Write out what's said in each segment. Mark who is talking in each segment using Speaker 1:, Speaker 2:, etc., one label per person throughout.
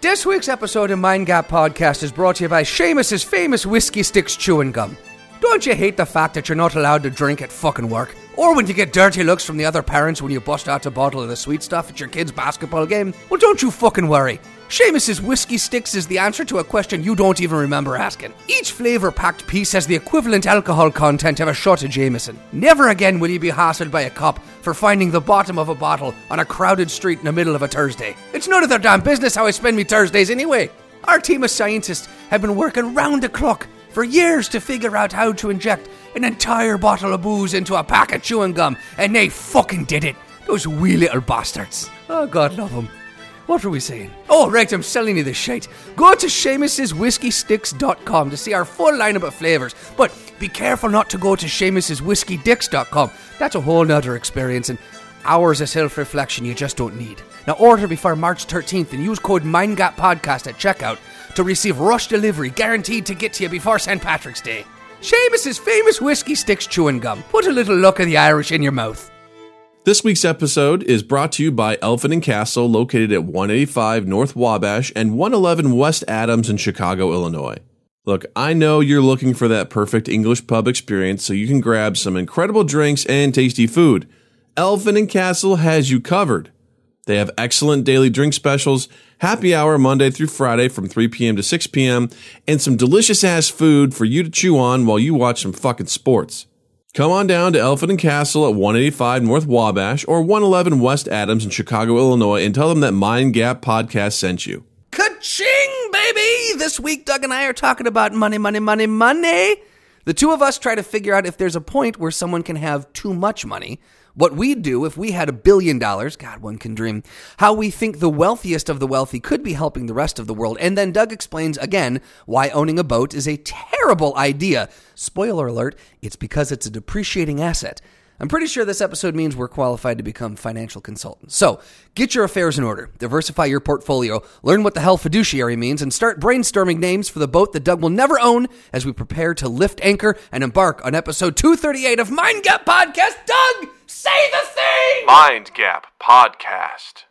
Speaker 1: This week's episode of Mind Gap Podcast is brought to you by Seamus's famous whiskey sticks chewing gum. Don't you hate the fact that you're not allowed to drink at fucking work? Or when you get dirty looks from the other parents when you bust out a bottle of the sweet stuff at your kid's basketball game? Well, don't you fucking worry. Seamus's whiskey sticks is the answer to a question you don't even remember asking. Each flavour packed piece has the equivalent alcohol content of a shot of Jameson. Never again will you be hassled by a cop for finding the bottom of a bottle on a crowded street in the middle of a Thursday. It's none of their damn business how I spend me Thursdays anyway. Our team of scientists have been working round the clock for years to figure out how to inject an entire bottle of booze into a pack of chewing gum, and they fucking did it. Those wee little bastards. Oh, God love 'em. What were we saying? Oh, right, I'm selling you this shite. Go to Seamus'sWhiskeySticks.com to see our full lineup of flavours, but be careful not to go to Seamus'sWhiskeyDicks.com. That's a whole nother experience, and hours of self reflection you just don't need. Now, order before March 13th and use code MindGapPodcast at checkout to receive rush delivery guaranteed to get to you before St. Patrick's Day. Seamus's famous whiskey sticks chewing gum. Put a little look of the Irish in your mouth.
Speaker 2: This week's episode is brought to you by Elfin and Castle, located at 185 North Wabash and 111 West Adams in Chicago, Illinois. Look, I know you're looking for that perfect English pub experience so you can grab some incredible drinks and tasty food. Elfin and Castle has you covered. They have excellent daily drink specials, happy hour Monday through Friday from 3 p.m. to 6 p.m., and some delicious ass food for you to chew on while you watch some fucking sports. Come on down to Elephant and Castle at 185 North Wabash or 111 West Adams in Chicago, Illinois, and tell them that Mind Gap Podcast sent you.
Speaker 1: Ka-ching, baby! This week, Doug and I are talking about money, money, money, money. The two of us try to figure out if there's a point where someone can have too much money. What we'd do if we had a billion dollars, God, one can dream, how we think the wealthiest of the wealthy could be helping the rest of the world. And then Doug explains again why owning a boat is a terrible idea. Spoiler alert, it's because it's a depreciating asset. I'm pretty sure this episode means we're qualified to become financial consultants. So, get your affairs in order, diversify your portfolio, learn what the hell fiduciary means, and start brainstorming names for the boat that Doug will never own as we prepare to lift anchor and embark on episode 238 of Mind Gap Podcast. Doug, say the thing!
Speaker 3: Mind Gap Podcast.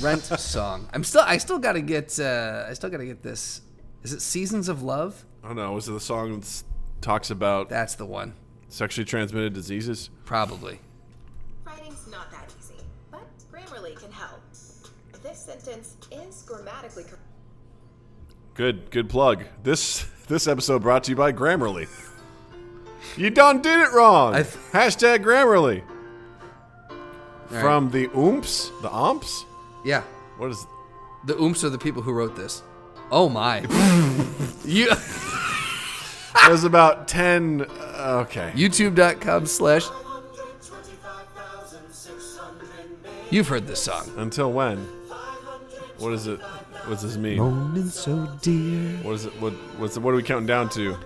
Speaker 1: Rent song. I'm still, I still gotta get, uh, I still gotta get this. Is it Seasons of Love?
Speaker 2: I don't know, was it the song that talks about
Speaker 1: That's the one.
Speaker 2: sexually transmitted diseases?
Speaker 1: Probably.
Speaker 4: Writing's not that easy, but Grammarly can help. This sentence is grammatically correct.
Speaker 2: Good, good plug. This this episode brought to you by Grammarly. You done did it wrong.
Speaker 1: I've-
Speaker 2: Hashtag Grammarly.
Speaker 1: right.
Speaker 2: From the oomps, the omps.
Speaker 1: Yeah.
Speaker 2: What is?
Speaker 1: The oomps are the people who wrote this. Oh my. you.
Speaker 2: There's about ten. uh, okay.
Speaker 1: youtube.com slash you've heard this song
Speaker 2: Until when? What is it? What's this mean?
Speaker 1: so dear
Speaker 2: What is it? What what's what are we counting down to?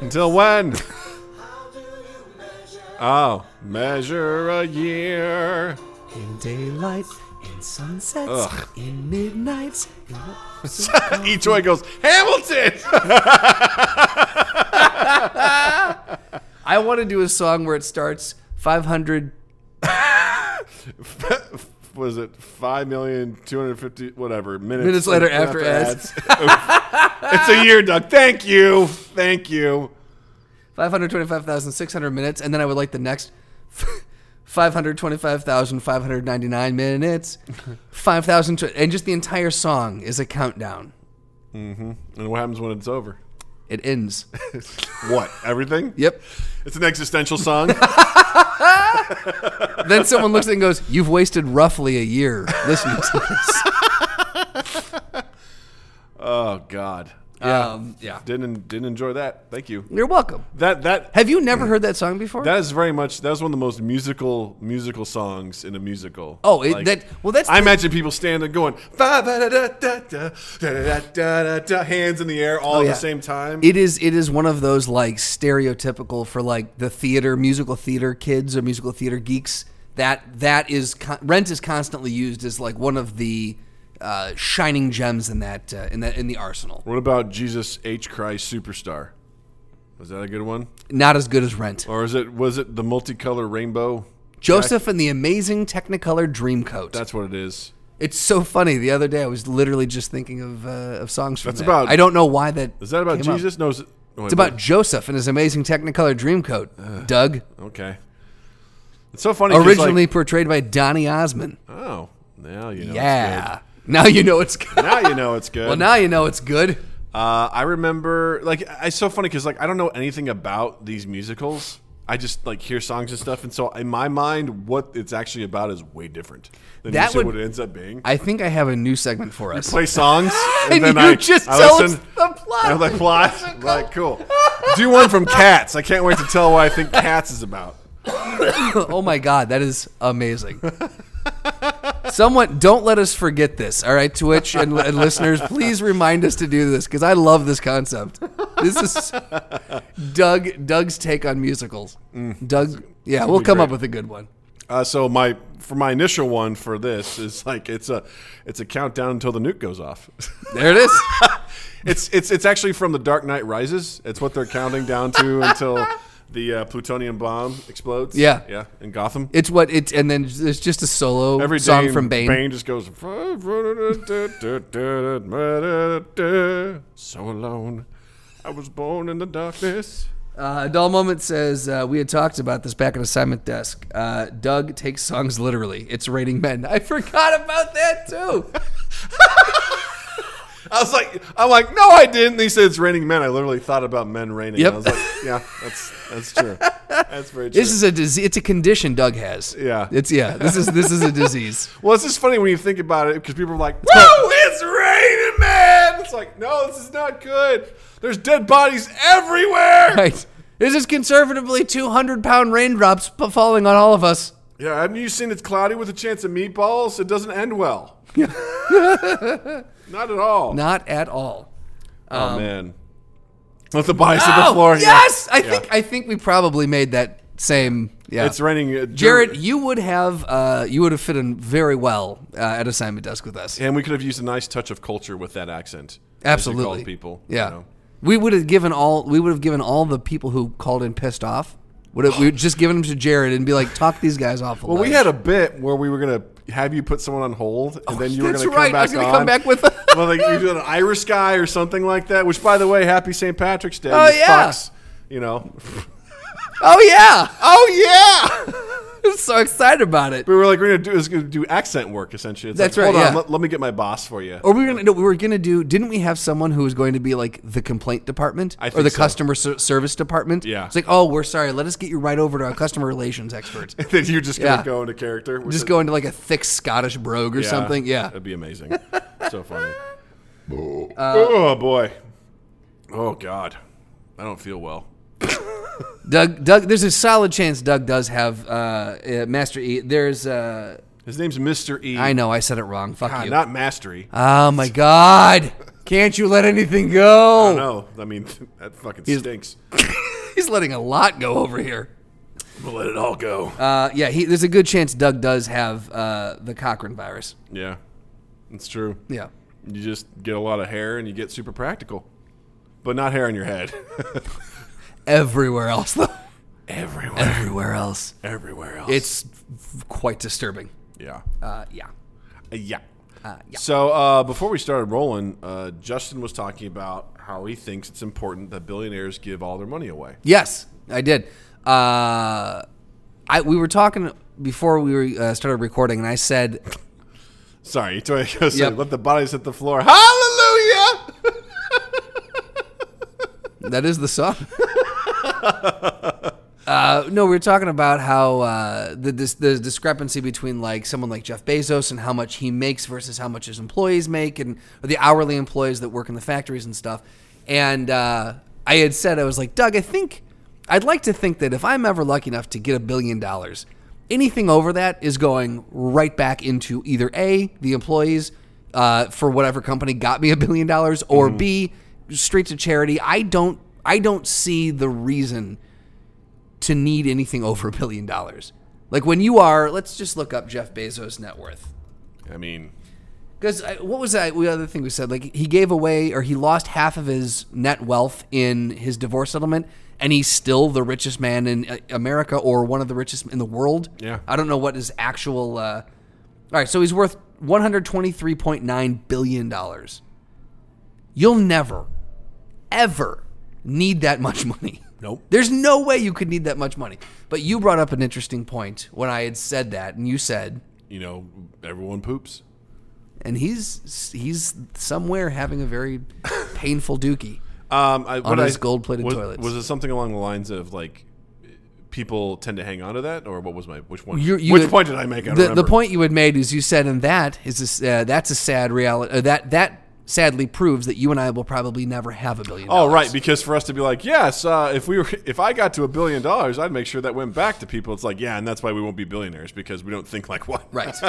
Speaker 2: Until when? oh, measure a year.
Speaker 1: in daylight in sunsets
Speaker 2: Ugh.
Speaker 1: in midnights
Speaker 2: Each one goes Hamilton.
Speaker 1: i want to do a song where it starts 500
Speaker 2: was it five million two hundred fifty whatever minutes,
Speaker 1: Minutes later after ads.
Speaker 2: ads. it's a year, Doug. Thank you, thank you.
Speaker 1: 525600 minutes and then i would like the next 525599 minutes 5000 tw- and just the entire song is a countdown
Speaker 2: And what happens when it's over?
Speaker 1: it ends
Speaker 2: What? Everything?
Speaker 1: yep
Speaker 2: It's an existential song.
Speaker 1: then someone looks at it and goes you've wasted roughly a year listening to this
Speaker 2: oh God. Yeah.
Speaker 1: Um, yeah.
Speaker 2: Didn't didn't enjoy that. Thank you.
Speaker 1: You're welcome.
Speaker 2: That that
Speaker 1: Have you never heard that song before?
Speaker 2: That is very much. That was one of the most musical musical songs in a musical.
Speaker 1: Oh, it- that- well, that's
Speaker 2: I
Speaker 1: the-
Speaker 2: imagine people standing going "Fa ba da da da da da da da da da," hands in the air all at
Speaker 1: Oh, yeah.
Speaker 2: the same time.
Speaker 1: It is it is one of those like stereotypical for like the theater musical theater kids or musical theater geeks that that is con- rent is constantly used as like one of the uh, shining gems in that uh, in that in the arsenal.
Speaker 2: what about Jesus H Christ Superstar? Was that a good one,
Speaker 1: Not as good as Rent.
Speaker 2: or is it was it the multicolor rainbow?
Speaker 1: Joseph and the Amazing Technicolor Dreamcoat.
Speaker 2: That's what it is.
Speaker 1: it's so funny. The other day I was literally just thinking of uh, of songs from
Speaker 2: That's
Speaker 1: that.
Speaker 2: about-
Speaker 1: I don't know why that
Speaker 2: Is that about
Speaker 1: came up.
Speaker 2: Jesus? No, is it, oh,
Speaker 1: It's about Joseph and his Amazing Technicolor Dreamcoat.
Speaker 2: Uh,
Speaker 1: Doug,
Speaker 2: okay. It's so funny. 'cause, like-
Speaker 1: originally portrayed by Donny Osmond.
Speaker 2: oh, now you know. it's
Speaker 1: Yeah. Now you know it's good.
Speaker 2: good. Now you know it's good.
Speaker 1: well, now you know it's good.
Speaker 2: Uh, I remember, like, I- it's so funny because, like, I don't know anything about these musicals. I just like hear songs and stuff, and so in my mind, what it's actually about is way different than
Speaker 1: That
Speaker 2: usually
Speaker 1: would-
Speaker 2: what it ends up being. I
Speaker 1: I think I have a new segment for us.
Speaker 2: play songs,
Speaker 1: And
Speaker 2: and, then
Speaker 1: you
Speaker 2: I
Speaker 1: just
Speaker 2: I
Speaker 1: tell us
Speaker 2: listen,
Speaker 1: the plot.
Speaker 2: I know the plot. I'm like, cool. Do one from Cats. I can't wait to tell what I think Cats is about.
Speaker 1: oh my god, that is amazing. Someone don't let us forget this. All right, Twitch and, and listeners, please remind us to do this because I love this concept. This is Doug Doug's take on musicals. Doug, yeah, we'll
Speaker 2: Mm. be
Speaker 1: come
Speaker 2: great.
Speaker 1: up with a good one.
Speaker 2: Uh, so my for my initial one for this is like it's a it's a countdown until the nuke goes off.
Speaker 1: There it is.
Speaker 2: it's it's it's actually from The Dark Knight Rises. It's what they're counting down to until the uh, plutonium bomb explodes.
Speaker 1: Yeah.
Speaker 2: yeah, in Gotham.
Speaker 1: It's what it's, and then there's just a solo
Speaker 2: Every
Speaker 1: song
Speaker 2: day
Speaker 1: from Bane.
Speaker 2: Bane just goes. so alone, I was born in the darkness.
Speaker 1: Uh, Dull Moment says, uh, We had talked about this back at assignment desk. Uh, Doug takes songs literally. It's rating men. I forgot about that too.
Speaker 2: I was like, I'm like, no, I didn't. He said it's raining men. I literally thought about men raining.
Speaker 1: Yep.
Speaker 2: I was like, yeah, that's that's true. That's very true.
Speaker 1: This is a disease. It's a condition Doug has.
Speaker 2: Yeah.
Speaker 1: It's, yeah, this is this is a disease.
Speaker 2: Well, it's just funny when you think about it because people are like, "Whoa, it's raining, man!" It's like, no, this is not good. There's dead bodies everywhere.
Speaker 1: right. This is conservatively 200 pound raindrops p- falling on all of us.
Speaker 2: Yeah, haven't you seen it's cloudy with a chance of meatballs? It doesn't end well. not at all.
Speaker 1: Not at all.
Speaker 2: oh man, let the bodies hit the
Speaker 1: Um, Oh,
Speaker 2: floor.
Speaker 1: yes!
Speaker 2: Yeah.
Speaker 1: I
Speaker 2: Yeah.
Speaker 1: think I think we probably made that same. Yeah.
Speaker 2: it's raining. uh,
Speaker 1: Jared,
Speaker 2: Ger-
Speaker 1: you would have uh, you would have fit in very well uh, at assignment desk with us.
Speaker 2: and we could have used a nice touch of culture with that accent. as you
Speaker 1: Absolutely,
Speaker 2: called people. you
Speaker 1: Yeah,
Speaker 2: know.
Speaker 1: we would have given all we would have given all the people who called in pissed off. Would have, we would just given them to Jared and be like, talk these guys off. A
Speaker 2: Well, we had a bit where we were gonna have you put someone on hold, and then you were
Speaker 1: Oh, that's
Speaker 2: gonna come
Speaker 1: right.
Speaker 2: back
Speaker 1: I was gonna
Speaker 2: on.
Speaker 1: come back with-
Speaker 2: well, like you did an Irish guy or something like that. Which, by the way, Happy St. Patrick's Day.
Speaker 1: Oh,
Speaker 2: you
Speaker 1: yeah.
Speaker 2: fucks. you know.
Speaker 1: oh yeah,
Speaker 2: Oh yeah.
Speaker 1: I'm so excited about it.
Speaker 2: we were like, we're gonna do is gonna do accent work essentially. It's
Speaker 1: That's
Speaker 2: like,
Speaker 1: right,
Speaker 2: Hold on,
Speaker 1: yeah.
Speaker 2: let, let me get my boss for you.
Speaker 1: Or we were gonna no, we were gonna do. Didn't we have someone who was going to be like the complaint department
Speaker 2: I
Speaker 1: or
Speaker 2: think
Speaker 1: the
Speaker 2: so.
Speaker 1: customer ser- service department?
Speaker 2: Yeah.
Speaker 1: it's like, oh, we're sorry. Let us get you right over to our customer relations expert.
Speaker 2: then you're just gonna
Speaker 1: Yeah.
Speaker 2: go into character. which
Speaker 1: Just
Speaker 2: is-
Speaker 1: go into like a thick Scottish brogue or something. Yeah.
Speaker 2: That'd be amazing. so funny.
Speaker 1: Uh,
Speaker 2: oh boy. Oh god. I don't feel well.
Speaker 1: Doug, Doug, there's a solid chance Doug does have uh, uh, Master E. There's, uh,
Speaker 2: His name's Mr. E.
Speaker 1: I know I said it wrong. Fuck
Speaker 2: God,
Speaker 1: you.
Speaker 2: not E. mastery.
Speaker 1: oh my God! Can't you let anything go?
Speaker 2: Ah, No, I mean that fucking stinks.
Speaker 1: He's letting a lot go over here.
Speaker 2: We'll let it all go.
Speaker 1: Uh, yeah, he, there's a good chance Doug does have uh, the Cochrane virus.
Speaker 2: yeah, it's true.
Speaker 1: Yeah.
Speaker 2: You just get a lot of hair and you get super practical, but not hair on your head.
Speaker 1: Everywhere else, though.
Speaker 2: everywhere,
Speaker 1: Everywhere else.
Speaker 2: everywhere else.
Speaker 1: It's f- quite disturbing.
Speaker 2: yeah,
Speaker 1: Uh, yeah.
Speaker 2: Uh, yeah.
Speaker 1: yeah.
Speaker 2: So uh, before we started rolling, uh, Justin was talking about how he thinks it's important that billionaires give all their money away.
Speaker 1: Yes, I did. Uh, I we were talking before we were, uh, started recording, and I said
Speaker 2: Sorry, sorry, sorry,
Speaker 1: Yep.
Speaker 2: let the bodies hit the floor. Hallelujah!
Speaker 1: That is the song. Uh, no, we were talking about how uh, the, dis- the discrepancy between like someone like Jeff Bezos and how much he makes versus how much his employees make and or the hourly employees that work in the factories and stuff. And uh, I had said, I was like, Doug, I think I'd like to think that if I'm ever lucky enough to get a billion dollars, anything over that is going right back into either A, the employees uh, for whatever company got me a billion dollars, or B, straight to charity. I don't, I don't see the reason to need anything over a billion dollars. Like when you are, let's just look up Jeff Bezos' net worth.
Speaker 2: I mean,
Speaker 1: Because what was that? The other thing we said, like he gave away or he lost half of his net wealth in his divorce settlement, and he's still the richest man in uh, America or one of the richest in the world.
Speaker 2: Yeah.
Speaker 1: I don't know what his actual. Uh, all right, so he's worth one hundred twenty-three point nine billion dollars. You'll never, ever need that much money.
Speaker 2: Nope.
Speaker 1: There's no way you could need that much money. But you brought up an interesting point when I had said that, and you said
Speaker 2: you know, everyone poops.
Speaker 1: and he's he's somewhere having a very painful dookie.
Speaker 2: Um, I, what
Speaker 1: his
Speaker 2: I-
Speaker 1: gold-plated
Speaker 2: was,
Speaker 1: toilets.
Speaker 2: Was it something along the lines of like people tend to hang on to that, or what was my which one?
Speaker 1: You- you-
Speaker 2: which point did I make? I don't
Speaker 1: the,
Speaker 2: remember.
Speaker 1: the point you had made is you said, and that is a s uh, that's a sad reality. Uh, that that sadly proves that you and I will probably never have a billion.
Speaker 2: Oh
Speaker 1: dollars.
Speaker 2: right, because for us to be like, yes, uh, if we were, if I got to a billion dollars, I'd make sure that went back to people. It's like, yeah, and that's why we won't be billionaires because we don't think like what.
Speaker 1: right.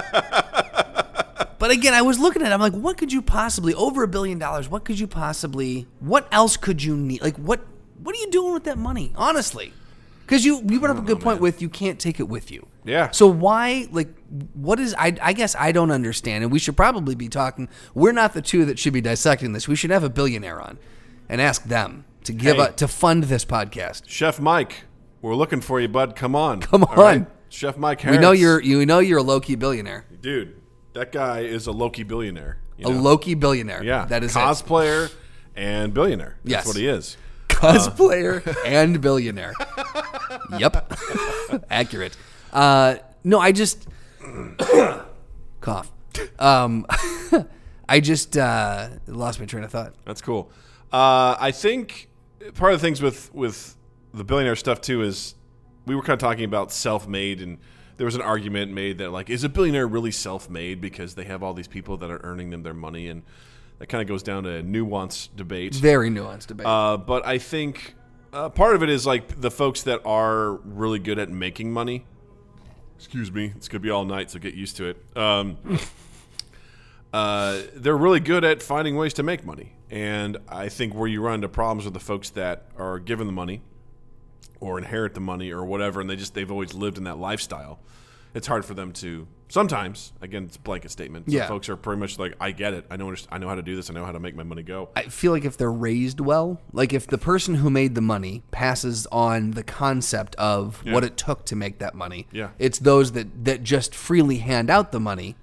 Speaker 1: but again, I was looking at. it, I'm like, what could you possibly over a billion dollars? What could you possibly? What else could you need? Like what? What are you doing with that money? Honestly, because you you brought up a good point with you can't take it with you.
Speaker 2: Yeah.
Speaker 1: So why like what is I I guess I don't understand and we should probably be talking we're not the two that should be dissecting this. We should have a billionaire on and ask them to give
Speaker 2: Hey.
Speaker 1: a, to fund this podcast.
Speaker 2: Chef Mike, we're looking for you, bud. Come on, come
Speaker 1: on.
Speaker 2: Chef Mike.
Speaker 1: We
Speaker 2: Harris.
Speaker 1: know you're you know you're a low key billionaire.
Speaker 2: dude. That guy is a Loki billionaire. you
Speaker 1: A
Speaker 2: know?
Speaker 1: low key billionaire.
Speaker 2: yeah,
Speaker 1: That is it.
Speaker 2: cosplayer and billionaire. That's
Speaker 1: Yes.
Speaker 2: what he is.
Speaker 1: cosplayer and billionaire. yep, accurate. Uh, no, I just cough. Um, I just uh, lost my train of thought.
Speaker 2: That's cool. Uh, I think part of the things with with the billionaire stuff too is we were kind of talking about self made, and there was an argument made that like, is a billionaire really self made because they have all these people that are earning them their money, and that kind of goes down to a nuanced debate.
Speaker 1: Very nuanced debate.
Speaker 2: Uh, but I think uh, part of it is like the folks that are really good at making money. Excuse me, it's gonna be all night, so get used to it. Um, uh, they're really good at finding ways to make money, and I think where you run into problems are the folks that are given the money or inherit the money or whatever, and they just they've always lived in that lifestyle. It's hard for them to sometimes. Again, it's a blanket statement. Some
Speaker 1: Yeah.
Speaker 2: folks are pretty much like, I get it. I know. I know how to do this. I know how to make my money go.
Speaker 1: I feel like if they're raised well, like if the person who made the money passes on the concept of what it took to make that money,
Speaker 2: Yeah.
Speaker 1: it's those that that just freely hand out the money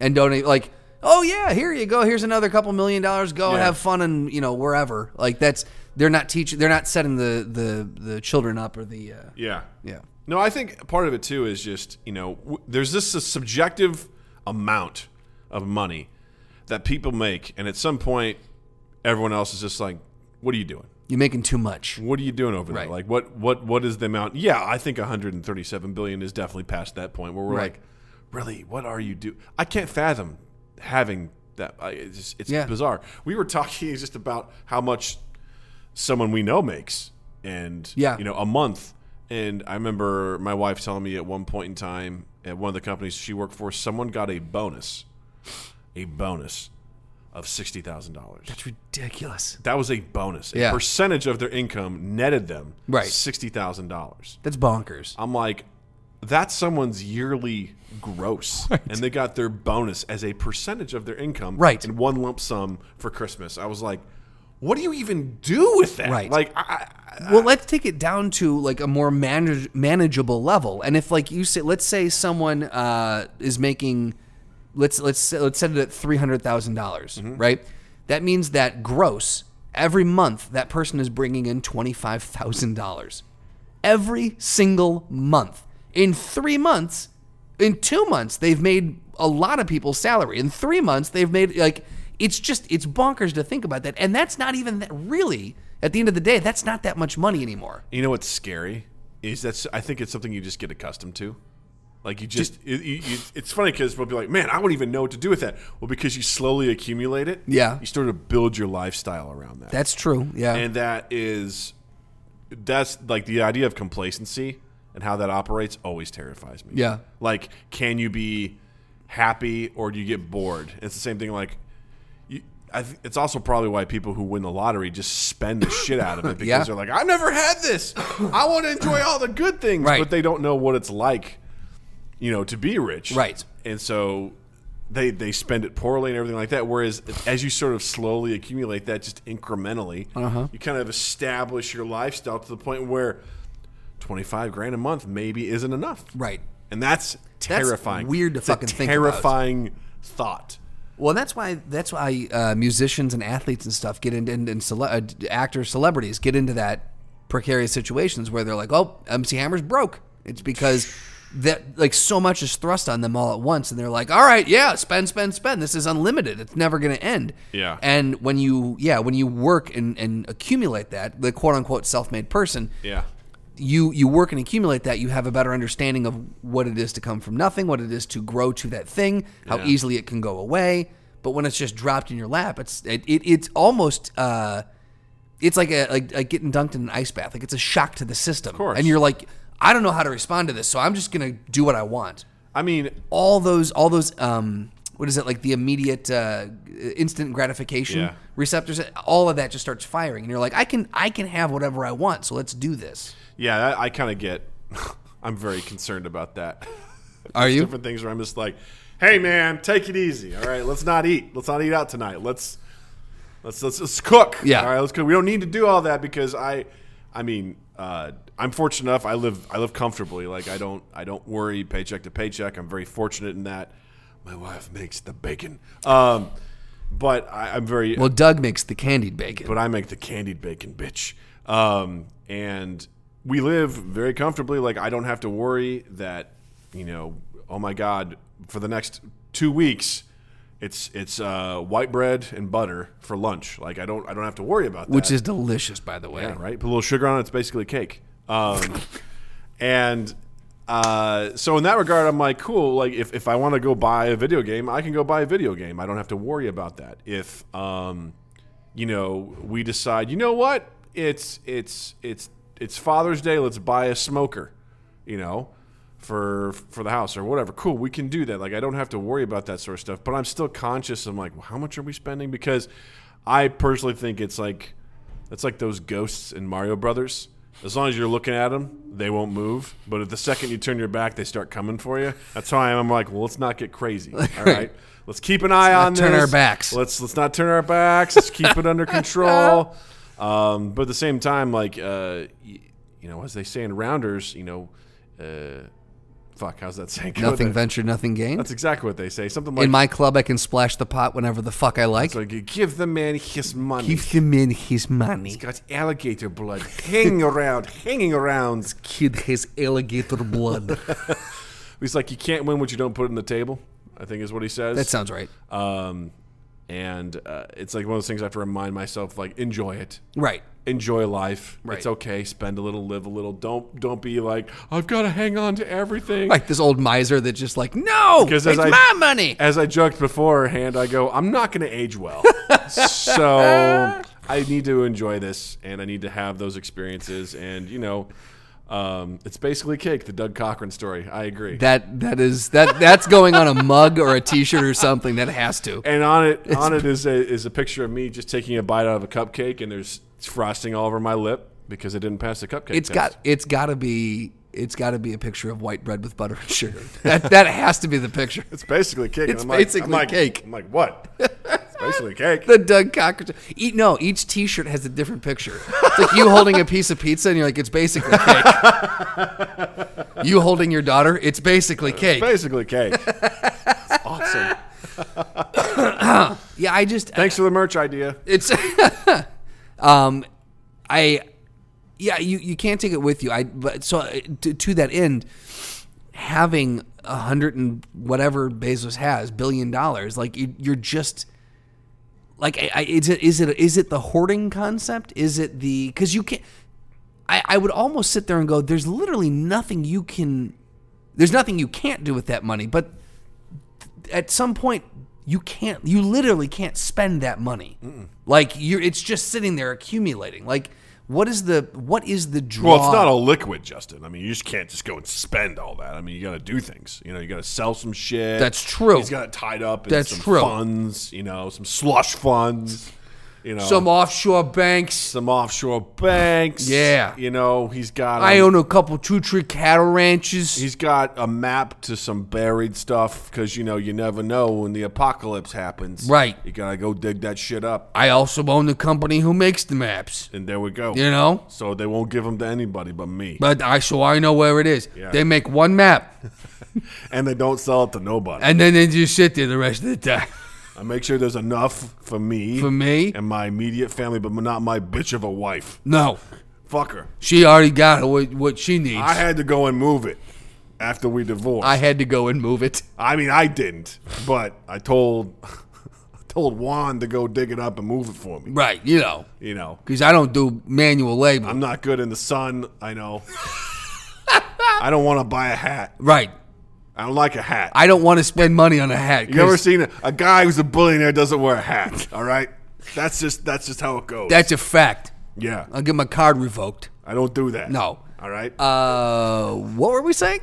Speaker 1: and donate like, oh yeah, here you go, here's another couple million dollars, go
Speaker 2: Yeah.
Speaker 1: have fun and you know wherever. Like that's they're not teaching, they're not setting the the the children up or the uh,
Speaker 2: Yeah.
Speaker 1: yeah.
Speaker 2: No, I think part of it too is just you know w- there's this subjective amount of money that people make, and at some point, everyone else is just like, "What are you doing?
Speaker 1: You're making too much.
Speaker 2: What are you doing over
Speaker 1: Right.
Speaker 2: there? Like, what what what is the amount? Yeah, I think 137 billion is definitely past that point where we're
Speaker 1: Right.
Speaker 2: like, really, what are you do? I can't fathom having that. I, it's just, it's
Speaker 1: Yeah.
Speaker 2: bizarre. We were talking just about how much someone we know makes, and
Speaker 1: Yeah.
Speaker 2: you know, a month. And I remember my wife telling me at one point in time at one of the companies she worked for, someone got a bonus, a bonus of sixty thousand dollars.
Speaker 1: It's ridiculous.
Speaker 2: That was a bonus. A
Speaker 1: Yeah.
Speaker 2: percentage of their income netted them
Speaker 1: Right.
Speaker 2: sixty thousand dollars.
Speaker 1: That's bonkers.
Speaker 2: I'm like, that's someone's yearly gross, and they got their bonus as a percentage of their income,
Speaker 1: Right.
Speaker 2: in one lump sum for Christmas. I was like, what do you even do with that?
Speaker 1: Right.
Speaker 2: Like, I, I,
Speaker 1: Well, let's take it down to like a more manage- manageable level. And if like you say, let's say someone uh, is making, let's let's say- let's set it at three dollars, right? That means that gross every month that person is bringing in twenty five thousand dollars every single month. In three months, in two months, they've made a lot of people's salary. In three months, they've made like it's just it's bonkers to think about that. And that's not even that really. At the end of the day, that's not that much money anymore.
Speaker 2: you know what's scary is that's I think it's something you just get accustomed to. Like you just, it, you, you, it's funny because we'll be like, man, I wouldn't even know what to do with that. Well, because you slowly accumulate it.
Speaker 1: Yeah.
Speaker 2: You sort of build your lifestyle around that.
Speaker 1: That's true. Yeah.
Speaker 2: and that is, that's like the idea of complacency and how that operates always terrifies me.
Speaker 1: Yeah.
Speaker 2: Like, can you be happy or do you get bored? It's the same thing. Like, you, I th- it's also probably why people who win the lottery just spend the shit out of it because
Speaker 1: Yeah.
Speaker 2: they're like, I've never had this. I want to enjoy all the good things,
Speaker 1: Right.
Speaker 2: but they don't know what it's like, you know, to be rich,
Speaker 1: Right.
Speaker 2: And so they they spend it poorly and everything like that. Whereas as you sort of slowly accumulate that, just incrementally,
Speaker 1: Uh-huh.
Speaker 2: you kind of establish your lifestyle to the point where twenty five grand a month maybe isn't enough,
Speaker 1: Right.
Speaker 2: And that's terrifying.
Speaker 1: weird to
Speaker 2: It's a
Speaker 1: fucking think about.
Speaker 2: Terrifying thought.
Speaker 1: Well, that's why that's why uh, musicians and athletes and stuff get into and, and cele- uh, d- actors, celebrities get into that precarious situations where they're like, "Oh, MC Hammer's broke." It's because that like so much is thrust on them all at once, and they're like, "All right, yeah, spend, spend, spend. This is unlimited. It's never going to end."
Speaker 2: Yeah.
Speaker 1: And when you yeah when you work and, and accumulate that the quote unquote self made person
Speaker 2: Yeah.
Speaker 1: you you work and accumulate that, you have a better understanding of what it is to come from nothing, what it is to grow to that thing, how
Speaker 2: Yeah.
Speaker 1: easily it can go away. But when it's just dropped in your lap, it's it, it it's almost uh, it's like a like, like getting dunked in an ice bath. Like it's a shock to the system,
Speaker 2: course.
Speaker 1: and you're like, I don't know how to respond to this, so I'm just gonna do what I want.
Speaker 2: I mean,
Speaker 1: All those all those um, what is it like the immediate uh, instant gratification
Speaker 2: Yeah.
Speaker 1: receptors? All of that just starts firing, and you're like, I can I can have whatever I want, so let's do this.
Speaker 2: yeah, I, I kind of get. I'm very concerned about that.
Speaker 1: Are you?
Speaker 2: different things where I'm just like, "Hey, man, take it easy. All right, let's not eat. Let's not eat out tonight. Let's let's let's, let's cook.
Speaker 1: Yeah.
Speaker 2: all right, let's cook. We don't need to do all that because I, I mean, uh, I'm fortunate enough. I live I live comfortably. Like I don't I don't worry paycheck to paycheck. I'm very fortunate in that my wife makes the bacon. Um, but I, I'm very
Speaker 1: Well, Doug makes the candied bacon.
Speaker 2: but I make the candied bacon, bitch. Um, and we live very comfortably. Like I don't have to worry that you know, oh my god, for the next two weeks, it's it's uh, white bread and butter for lunch. Like I don't I don't have to worry about that.
Speaker 1: which is delicious, by the way.
Speaker 2: Yeah, right? Put a little sugar on it. It's basically cake. Um, and uh, so in that regard, I'm like, cool. Like if, if I want to go buy a video game, I can go buy a video game. I don't have to worry about that. If um, you know, we decide, you know what? It's it's it's it's Father's Day. Let's buy a smoker. You know. For, for the house or whatever, cool. We can do that. Like I don't have to worry about that sort of stuff. But I'm still conscious. I'm like, well, how much are we spending? Because I personally think it's like that's like those ghosts in Mario Brothers. As long as you're looking at them, they won't move. But if the second you turn your back, they start coming for you. That's how I am. I'm like, well, let's not get crazy. All right, let's keep an eye
Speaker 1: not
Speaker 2: on
Speaker 1: turn
Speaker 2: this.
Speaker 1: our backs.
Speaker 2: Let's let's not turn our backs. Let's keep it under control. Um, but at the same time, like uh, y- you know, as they say in Rounders, you know, uh, fuck, how's that saying? go
Speaker 1: Nothing
Speaker 2: there?
Speaker 1: ventured, nothing gained.
Speaker 2: That's exactly what they say. Something like,
Speaker 1: In my club, I can splash the pot whenever the fuck I like.
Speaker 2: it's like give the man his money.
Speaker 1: Give him in his money.
Speaker 2: got alligator blood hanging around, hanging around.
Speaker 1: Kid has alligator blood.
Speaker 2: He's like, you can't win what you don't put in the table. I think is what he says.
Speaker 1: that sounds right.
Speaker 2: Um, and uh, it's like one of those things I have to remind myself, like, enjoy it,
Speaker 1: Right.
Speaker 2: enjoy life.
Speaker 1: Right.
Speaker 2: It's okay. Spend a little, live a little. Don't don't be like, I've got to hang on to everything.
Speaker 1: Like this old miser that just like, no, it's
Speaker 2: Because as I-
Speaker 1: my money.
Speaker 2: As I joked beforehand, I go, I'm not going to age well. so I need to enjoy this and I need to have those experiences. And, you know, um, it's basically cake, the Doug Cochran story. I agree.
Speaker 1: That that is that that's going on a mug or a T-shirt or something. That has to.
Speaker 2: and on it, on it is a, is a picture of me just taking a bite out of a cupcake, and there's frosting all over my lip because I didn't pass the cupcake.
Speaker 1: It's
Speaker 2: test.
Speaker 1: got it's got to be it's got to be a picture of white bread with butter and sugar. That that has to be the picture.
Speaker 2: It's basically cake. and
Speaker 1: It's
Speaker 2: I'm like- I'm
Speaker 1: basically
Speaker 2: like-
Speaker 1: cake.
Speaker 2: I'm like, what? It's basically cake.
Speaker 1: The Doug Cochran. E- no, each T-shirt has a different picture. It's like you holding a piece of pizza, and you're like, it's basically cake. you holding your daughter, it's basically cake.
Speaker 2: Basically cake. It's awesome.
Speaker 1: Yeah, I just
Speaker 2: Thanks for the merch idea.
Speaker 1: it's um, I yeah, you you can't take it with you. I but so uh, to, to that end, having a hundred and whatever Bezos has billion dollars, like you, you're just. Like, I, I, is it is it is it the hoarding concept? Is it the because you can't? I, I would almost sit there and go, there's literally nothing you can. There's nothing you can't do with that money, but at some point you can't you literally can't spend that money like you're it's just sitting there accumulating like what is the what is the draw
Speaker 2: Well, it's not all liquid, Justin. I mean, you just can't just go and spend all that. I mean, you got to do things. You know, you got to sell some shit.
Speaker 1: That's true.
Speaker 2: He's got it tied up in
Speaker 1: That's
Speaker 2: some
Speaker 1: true.
Speaker 2: funds. You know, some slush funds. You know,
Speaker 1: some offshore banks
Speaker 2: some offshore banks.
Speaker 1: Yeah.
Speaker 2: You know, he's got.
Speaker 1: i
Speaker 2: um,
Speaker 1: own a couple two tree cattle ranches
Speaker 2: He's got a map to some buried stuff because you know you never know when the apocalypse happens.
Speaker 1: Right.
Speaker 2: You gotta go dig that shit up,
Speaker 1: i also own the company who makes the maps
Speaker 2: and there we go.
Speaker 1: you know
Speaker 2: So they won't give them to anybody but me,
Speaker 1: but i so i know where it is
Speaker 2: Yeah.
Speaker 1: they make one map
Speaker 2: and they don't sell it to nobody.
Speaker 1: and then they just sit there the rest of the time
Speaker 2: I make sure there's enough for me,
Speaker 1: For me?
Speaker 2: and my immediate family, but not my bitch of a wife.
Speaker 1: no
Speaker 2: Fuck her.
Speaker 1: she already got what, what she needs
Speaker 2: I had to go and move it after we divorced.
Speaker 1: I had to go and move it
Speaker 2: I mean, I didn't, but I told I told Juan to go dig it up and move it for me.
Speaker 1: right you know
Speaker 2: You know,
Speaker 1: because i don't do manual labor
Speaker 2: I'm not good in the sun. I know. I don't want to buy a hat.
Speaker 1: Right.
Speaker 2: I don't like a hat.
Speaker 1: I don't want to spend money on a hat.
Speaker 2: you ever
Speaker 1: 'cause
Speaker 2: seen a, a guy who's a billionaire doesn't wear a hat? All right, that's just that's just how it goes.
Speaker 1: That's a fact.
Speaker 2: yeah.
Speaker 1: I'll get my card revoked.
Speaker 2: I don't do that.
Speaker 1: No.
Speaker 2: All right.
Speaker 1: Uh, what were we saying?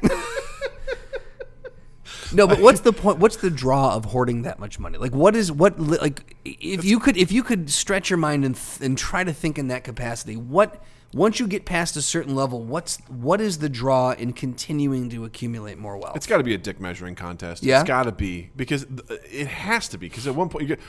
Speaker 1: no, but what's the point? What's the draw of hoarding that much money? Like, what is what? li- Like, if you could, if you could stretch your mind and th- and try to think in that capacity, what? Once you get past a certain level, what's what is the draw in continuing to accumulate more wealth?
Speaker 2: It's got to be a dick measuring contest.
Speaker 1: Yeah?
Speaker 2: It's got to be because th- it has to be because at one point you get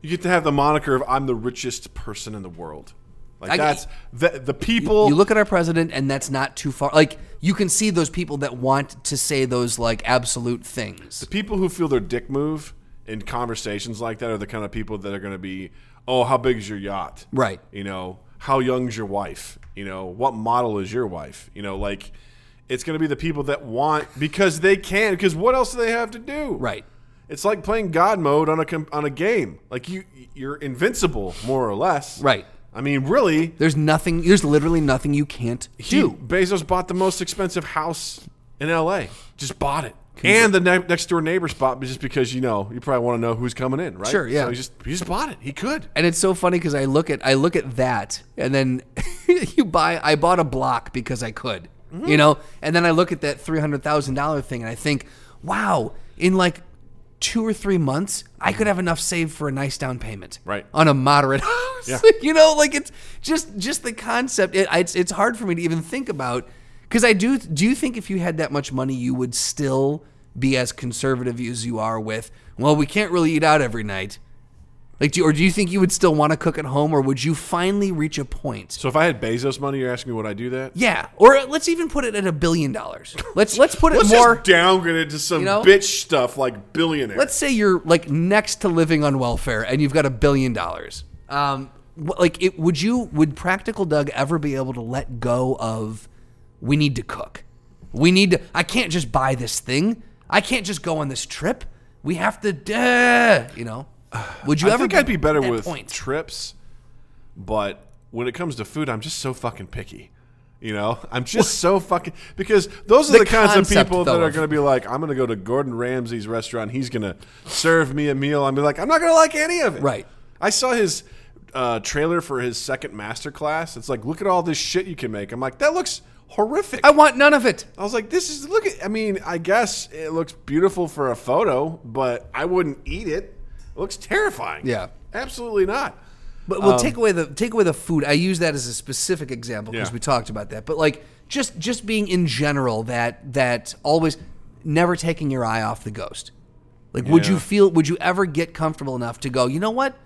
Speaker 2: you get to have the moniker of I'm the richest person in the world. Like
Speaker 1: I-
Speaker 2: that's the the people
Speaker 1: you look at our president and that's not too far like you can see those people that want to say those like absolute things
Speaker 2: people who feel their dick move in conversations like that are the kind of people that are going to be, "Oh, how big is your yacht?"
Speaker 1: Right.
Speaker 2: You know, "How young's your wife?" You know, "What model is your wife?" You know, like it's going to be the people that want because they can because what else do they have to do?
Speaker 1: right
Speaker 2: It's like playing God mode on a com- on a game. Like you, you're invincible, more or less.
Speaker 1: Right.
Speaker 2: I mean, really,
Speaker 1: There's nothing. There's literally nothing you can't
Speaker 2: he,
Speaker 1: do.
Speaker 2: Bezos bought the most expensive house in L.A. Just bought it, and the ne- next door neighbor spot just because you know you probably want to know who's coming in, right?
Speaker 1: Sure, yeah.
Speaker 2: So he just he just bought it. He could.
Speaker 1: And it's so funny because I look at I look at that, and then you buy. I bought a block because I could,
Speaker 2: Mm-hmm.
Speaker 1: you know. And then I look at that three hundred thousand dollar thing, and I think, wow, in like two or three months, I could have enough saved for a nice down payment,
Speaker 2: Right.
Speaker 1: on a moderate house.
Speaker 2: Yeah.
Speaker 1: you know, like it's just just the concept. It, it's it's hard for me to even think about because I do. Do you think if you had that much money, you would still be as conservative as you are with? Well, we can't really eat out every night. Like, do you, or do you think you would still want to cook at home, or would you finally reach a point?
Speaker 2: So if I had Bezos money, you're asking me would I do that?
Speaker 1: Yeah, or let's even put it at a billion dollars. Let's let's put it
Speaker 2: Let's
Speaker 1: more.
Speaker 2: just downgrade it to some
Speaker 1: you know?
Speaker 2: bitch stuff like billionaire.
Speaker 1: let's say you're like next to living on welfare, and you've got a billion dollars. Um, wh- like, it, would you would Practical Doug ever be able to let go of? We need to cook. We need to. I can't just buy this thing. I can't just go on this trip. We have to. duh, you know. Would you
Speaker 2: I
Speaker 1: ever?
Speaker 2: think I'd be better
Speaker 1: at that
Speaker 2: with
Speaker 1: point?
Speaker 2: trips, but when it comes to food, I'm just so fucking picky. You know, I'm just so fucking because those are
Speaker 1: The
Speaker 2: the, kinds of
Speaker 1: concept,
Speaker 2: people
Speaker 1: though,
Speaker 2: that are
Speaker 1: of-
Speaker 2: going to be like, I'm going to go to Gordon Ramsay's restaurant. He's going to serve me a meal. I'm be like, I'm not going to like any of it.
Speaker 1: Right.
Speaker 2: I saw his uh, trailer for his second master class. It's like, look at all this shit you can make. I'm like, that looks horrific.
Speaker 1: I want none of it.
Speaker 2: I was like, this is look at. I mean, I guess it looks beautiful for a photo, but I wouldn't eat it. It looks terrifying.
Speaker 1: Yeah.
Speaker 2: absolutely not.
Speaker 1: But we'll take away the take away the food. I use that as a specific example because
Speaker 2: Um, Yeah.
Speaker 1: we talked about that. But like just just being in general that that always never taking your eye off the ghost. Like would you
Speaker 2: Yeah.
Speaker 1: feel would you ever get comfortable enough to go, you know what?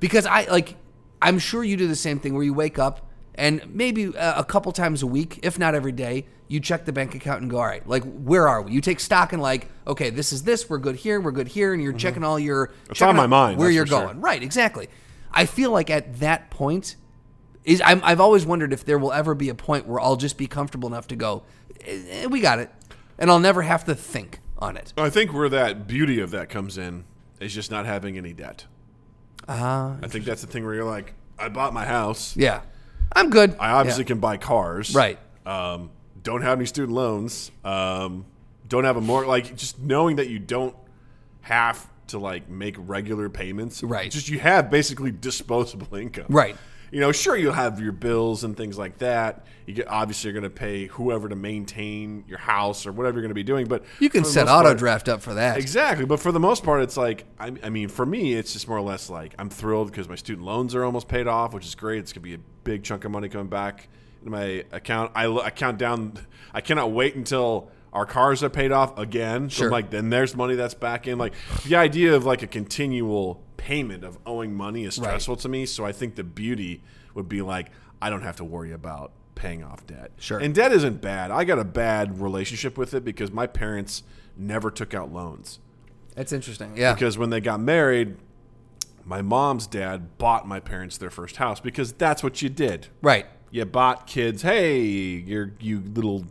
Speaker 1: Because I like I'm sure you do the same thing where you wake up and maybe uh, a couple times a week, if not every day, you check the bank account and go, all right, like where are we? You take stock and like, okay, this is this, we're good here, we're good here, and you're
Speaker 2: Mm-hmm.
Speaker 1: checking all your
Speaker 2: It's
Speaker 1: checking
Speaker 2: on my
Speaker 1: out
Speaker 2: mind,
Speaker 1: where
Speaker 2: that's
Speaker 1: you're
Speaker 2: for sure.
Speaker 1: going. Right, exactly. I feel like at that point is I'm, I've always wondered if there will ever be a point where I'll just be comfortable enough to go, "Eh, eh, we got it, and I'll never have to think on it.
Speaker 2: I think where that beauty of that comes in is just not having any debt. Uh, I think that's the thing where you're like, I bought my house.
Speaker 1: Yeah, I'm good.
Speaker 2: I obviously
Speaker 1: Yeah.
Speaker 2: can buy cars.
Speaker 1: Right.
Speaker 2: Um, don't have any student loans. Um, don't have a more like just knowing that you don't have to like make regular payments.
Speaker 1: Right.
Speaker 2: Just you have basically disposable income.
Speaker 1: Right.
Speaker 2: You know, sure you'll have your bills and things like that. You get obviously you're going to pay whoever to maintain your house or whatever you're going to be doing, but
Speaker 1: You can
Speaker 2: for the
Speaker 1: set
Speaker 2: most
Speaker 1: auto
Speaker 2: part-
Speaker 1: draft up for that.
Speaker 2: Exactly, but for the most part, it's like I, I mean, for me, it's just more or less like I'm thrilled because my student loans are almost paid off, which is great. It's gonna be a big chunk of money coming back in my account. I, lo- I count down. I cannot wait until our cars are paid off again. So
Speaker 1: Sure.
Speaker 2: I'm like then there's money that's back in. Like the idea of like a continual payment of owing money is stressful to me. So I think the beauty would be like I don't have to worry about paying off debt.
Speaker 1: Sure.
Speaker 2: And debt isn't bad. I got a bad relationship with it because my parents never took out loans.
Speaker 1: That's interesting. Yeah.
Speaker 2: Because when they got married, my mom's dad bought my parents their first house because that's what you did.
Speaker 1: right.
Speaker 2: You bought kids, hey, you're, you little,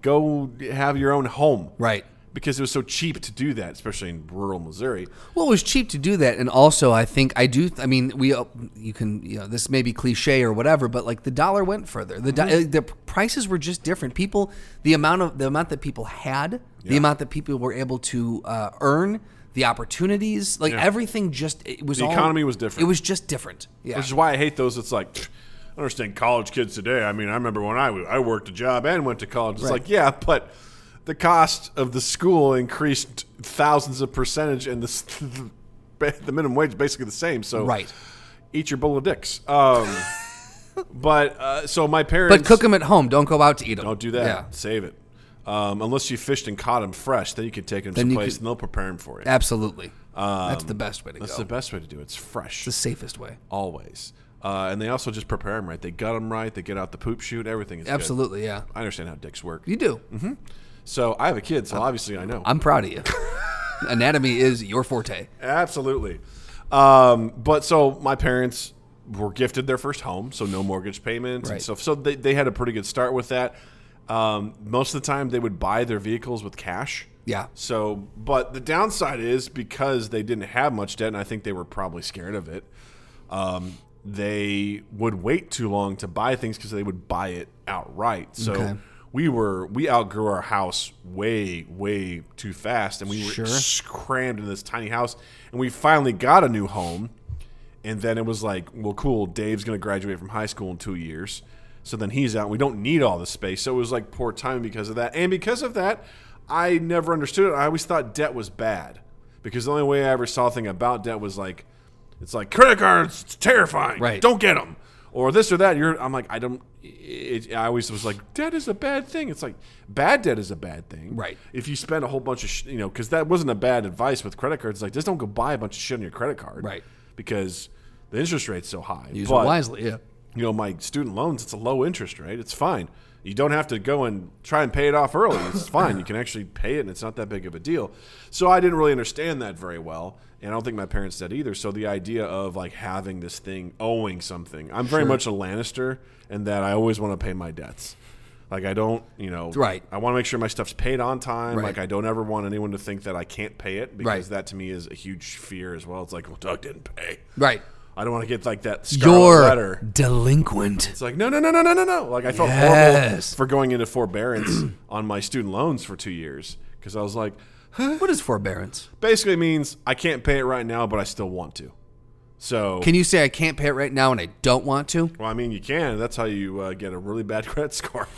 Speaker 2: go have your own home.
Speaker 1: Right.
Speaker 2: Because it was so cheap to do that, especially in rural Missouri.
Speaker 1: Well, it was cheap to do that, and also I think I do. I mean, we uh, you can you know this may be cliche or whatever, but like the dollar went further. The do-
Speaker 2: Mm-hmm.
Speaker 1: uh, the prices were just different. People, the amount of the amount that people had, the amount that people were able to uh, earn, the opportunities, like everything just it was
Speaker 2: The
Speaker 1: all-
Speaker 2: economy was different.
Speaker 1: It was just different. Yeah.
Speaker 2: Which is why I hate those. It's like, pfft, I understand college kids today. I mean, I remember when I, I worked a job and went to college. It's
Speaker 1: Right.
Speaker 2: like, yeah, but the cost of the school increased thousands of percentage, and the, s- the minimum wage is basically the same. So,
Speaker 1: Right.
Speaker 2: eat your bowl of dicks. Um, but uh, so my parents,
Speaker 1: But cook them at home. Don't go out to eat them.
Speaker 2: don't do that. Save it. Um, unless you fished and caught them fresh, then you can take them
Speaker 1: Then you
Speaker 2: someplace
Speaker 1: could-
Speaker 2: and they'll prepare them for you.
Speaker 1: Yeah. Absolutely. that's the best way to
Speaker 2: Um, That's
Speaker 1: go.
Speaker 2: the best way to do it. It's fresh
Speaker 1: the safest way.
Speaker 2: always. Uh, and they also just prepare them right. They gut them right. They get out the poop shoot. Everything is good. Mm-hmm.
Speaker 1: Absolutely. Yeah.
Speaker 2: I understand how dicks work.
Speaker 1: You do.
Speaker 2: So I have a kid, so obviously I know.
Speaker 1: I'm proud of you. Anatomy is your forte.
Speaker 2: Absolutely. Um, but so my parents were gifted their first home, so no mortgage payments
Speaker 1: Right.
Speaker 2: and stuff. So they, they had a pretty good start with that. Um, most of the time, they would buy their vehicles with cash.
Speaker 1: Yeah.
Speaker 2: So, but the downside is because they didn't have much debt, and I think they were probably scared of it. Um, they would wait too long to buy things because they would buy it outright. So
Speaker 1: Okay.
Speaker 2: we were we outgrew our house way way too fast, and we were crammed in this tiny house. And we finally got a new home, and then it was like, well, cool. Dave's going to graduate from high school in two years, so then he's out. and We don't need all this space, so it was like poor timing because of that. And because of that, I never understood it. I always thought debt was bad because the only way I ever saw a thing about debt was like, it's like credit cards it's terrifying.
Speaker 1: Right.
Speaker 2: Don't get them or this or that. You're. I'm like I don't. It, I always was like debt is a bad thing. It's like bad debt is a bad thing.
Speaker 1: Right.
Speaker 2: If you spend a whole bunch of sh- you know because that wasn't a bad advice with credit cards. It's like just don't go buy a bunch of shit on your credit card.
Speaker 1: Right.
Speaker 2: Because the interest rate's so high.
Speaker 1: Use it
Speaker 2: But,
Speaker 1: wisely. Yeah.
Speaker 2: You know my student loans. It's a low interest rate. It's fine. You don't have to go and try and pay it off early. It's fine. You can actually pay it, and it's not that big of a deal. So I didn't really understand that very well, and I don't think my parents did either. So the idea of like having this thing owing something, I'm very much a Lannister, in that I always want to pay my debts. Like I don't, you know,
Speaker 1: Right.
Speaker 2: I want to make sure my stuff's paid on time.
Speaker 1: Right.
Speaker 2: Like I don't ever want anyone to think that I can't pay it because
Speaker 1: Right.
Speaker 2: that to me is a huge fear as well. It's like, well, Doug didn't pay.
Speaker 1: Right.
Speaker 2: I don't want to get like that scarlet
Speaker 1: You're
Speaker 2: letter.
Speaker 1: delinquent.
Speaker 2: It's like no, no, no, no, no, no, no. Like I felt horrible
Speaker 1: Yes.
Speaker 2: for going into forbearance on my student loans for two years because I was like,
Speaker 1: What is forbearance?
Speaker 2: basically means I can't pay it right now, but I still want to. So,
Speaker 1: Can you say I can't pay it right now and I don't want to?
Speaker 2: well, I mean, you can. That's how you uh, get a really bad credit score.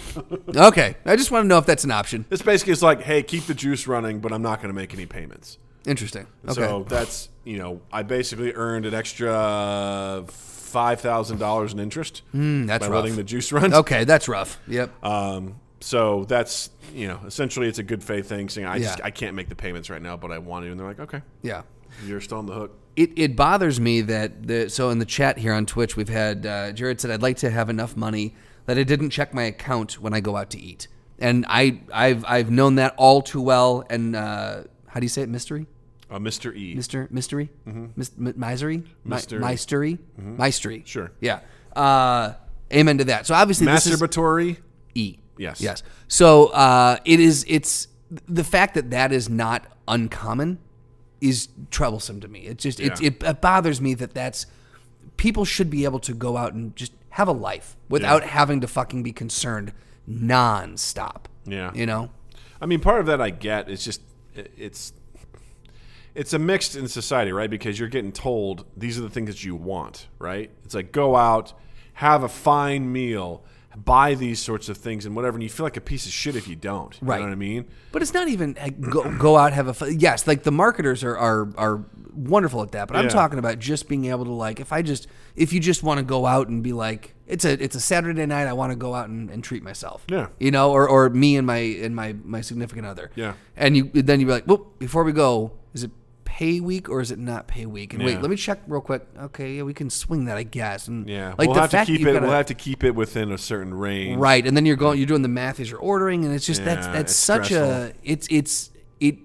Speaker 1: Okay. I just want to know if that's an option.
Speaker 2: it's basically it's like, hey, keep the juice running, but I'm not going to make any payments.
Speaker 1: Interesting. Okay.
Speaker 2: So that's you know, I basically earned an extra five thousand dollars in interest
Speaker 1: Mm, that's
Speaker 2: by
Speaker 1: Hmm. rough.
Speaker 2: letting the juice run.
Speaker 1: okay, that's rough. Yep.
Speaker 2: Um, so that's you know, essentially, it's a good faith thing. Saying I just
Speaker 1: Yeah.
Speaker 2: I can't make the payments right now, but I want to, and they're like, okay,
Speaker 1: yeah.
Speaker 2: you're still on the hook.
Speaker 1: It, it bothers me that the so in the chat here on Twitch we've had uh, Jared said I'd like to have enough money that I didn't check my account when I go out to eat and I I've I've known that all too well and uh, how do you say it mystery
Speaker 2: Uh, Mr. E.
Speaker 1: Mister Mystery?
Speaker 2: Mm-hmm.
Speaker 1: Mis- mi- misery? Mi-
Speaker 2: Mystery.
Speaker 1: Mystery? Mystery.
Speaker 2: Mm-hmm. Sure.
Speaker 1: Yeah. Uh, amen to that. So obviously this is
Speaker 2: Masturbatory.
Speaker 1: E.
Speaker 2: Yes.
Speaker 1: Yes. So uh, it is. It's the fact that that is not uncommon is troublesome to me. It just it,
Speaker 2: Yeah.
Speaker 1: it, it bothers me that that's people should be able to go out and just have a life without having to fucking be concerned nonstop.
Speaker 2: Yeah.
Speaker 1: You know.
Speaker 2: I mean, part of that I get. It's just i- it's it's a mixed in society, right? Because you're getting told these are the things that you want, right? It's like go out, have a fine meal, buy these sorts of things and whatever, and you feel like a piece of shit if you don't. You
Speaker 1: Right.
Speaker 2: know what I mean?
Speaker 1: But it's not even uh, go, go out have a fun. Yes, like the marketers are are, are wonderful at that. But I'm
Speaker 2: Yeah.
Speaker 1: talking about just being able to like if I just if you just want to go out and be like it's a it's a Saturday night I want to go out and, and treat myself.
Speaker 2: Yeah.
Speaker 1: you know, or, or me and my and my my significant other.
Speaker 2: Yeah.
Speaker 1: and you then you be like, well, before we go, is it pay week or is it not pay week? And wait,
Speaker 2: Yeah.
Speaker 1: let me check real quick. Okay, yeah, we can swing that I guess. And
Speaker 2: Yeah.
Speaker 1: like
Speaker 2: we'll
Speaker 1: the
Speaker 2: have to
Speaker 1: fact
Speaker 2: keep
Speaker 1: that
Speaker 2: it.
Speaker 1: you've got
Speaker 2: We'll have to keep it within a certain range.
Speaker 1: Right, and then you're going, you're doing the math as you're ordering, and it's just that's
Speaker 2: Mm. Yeah,
Speaker 1: that's
Speaker 2: it's
Speaker 1: such a
Speaker 2: stressful.
Speaker 1: it's it's it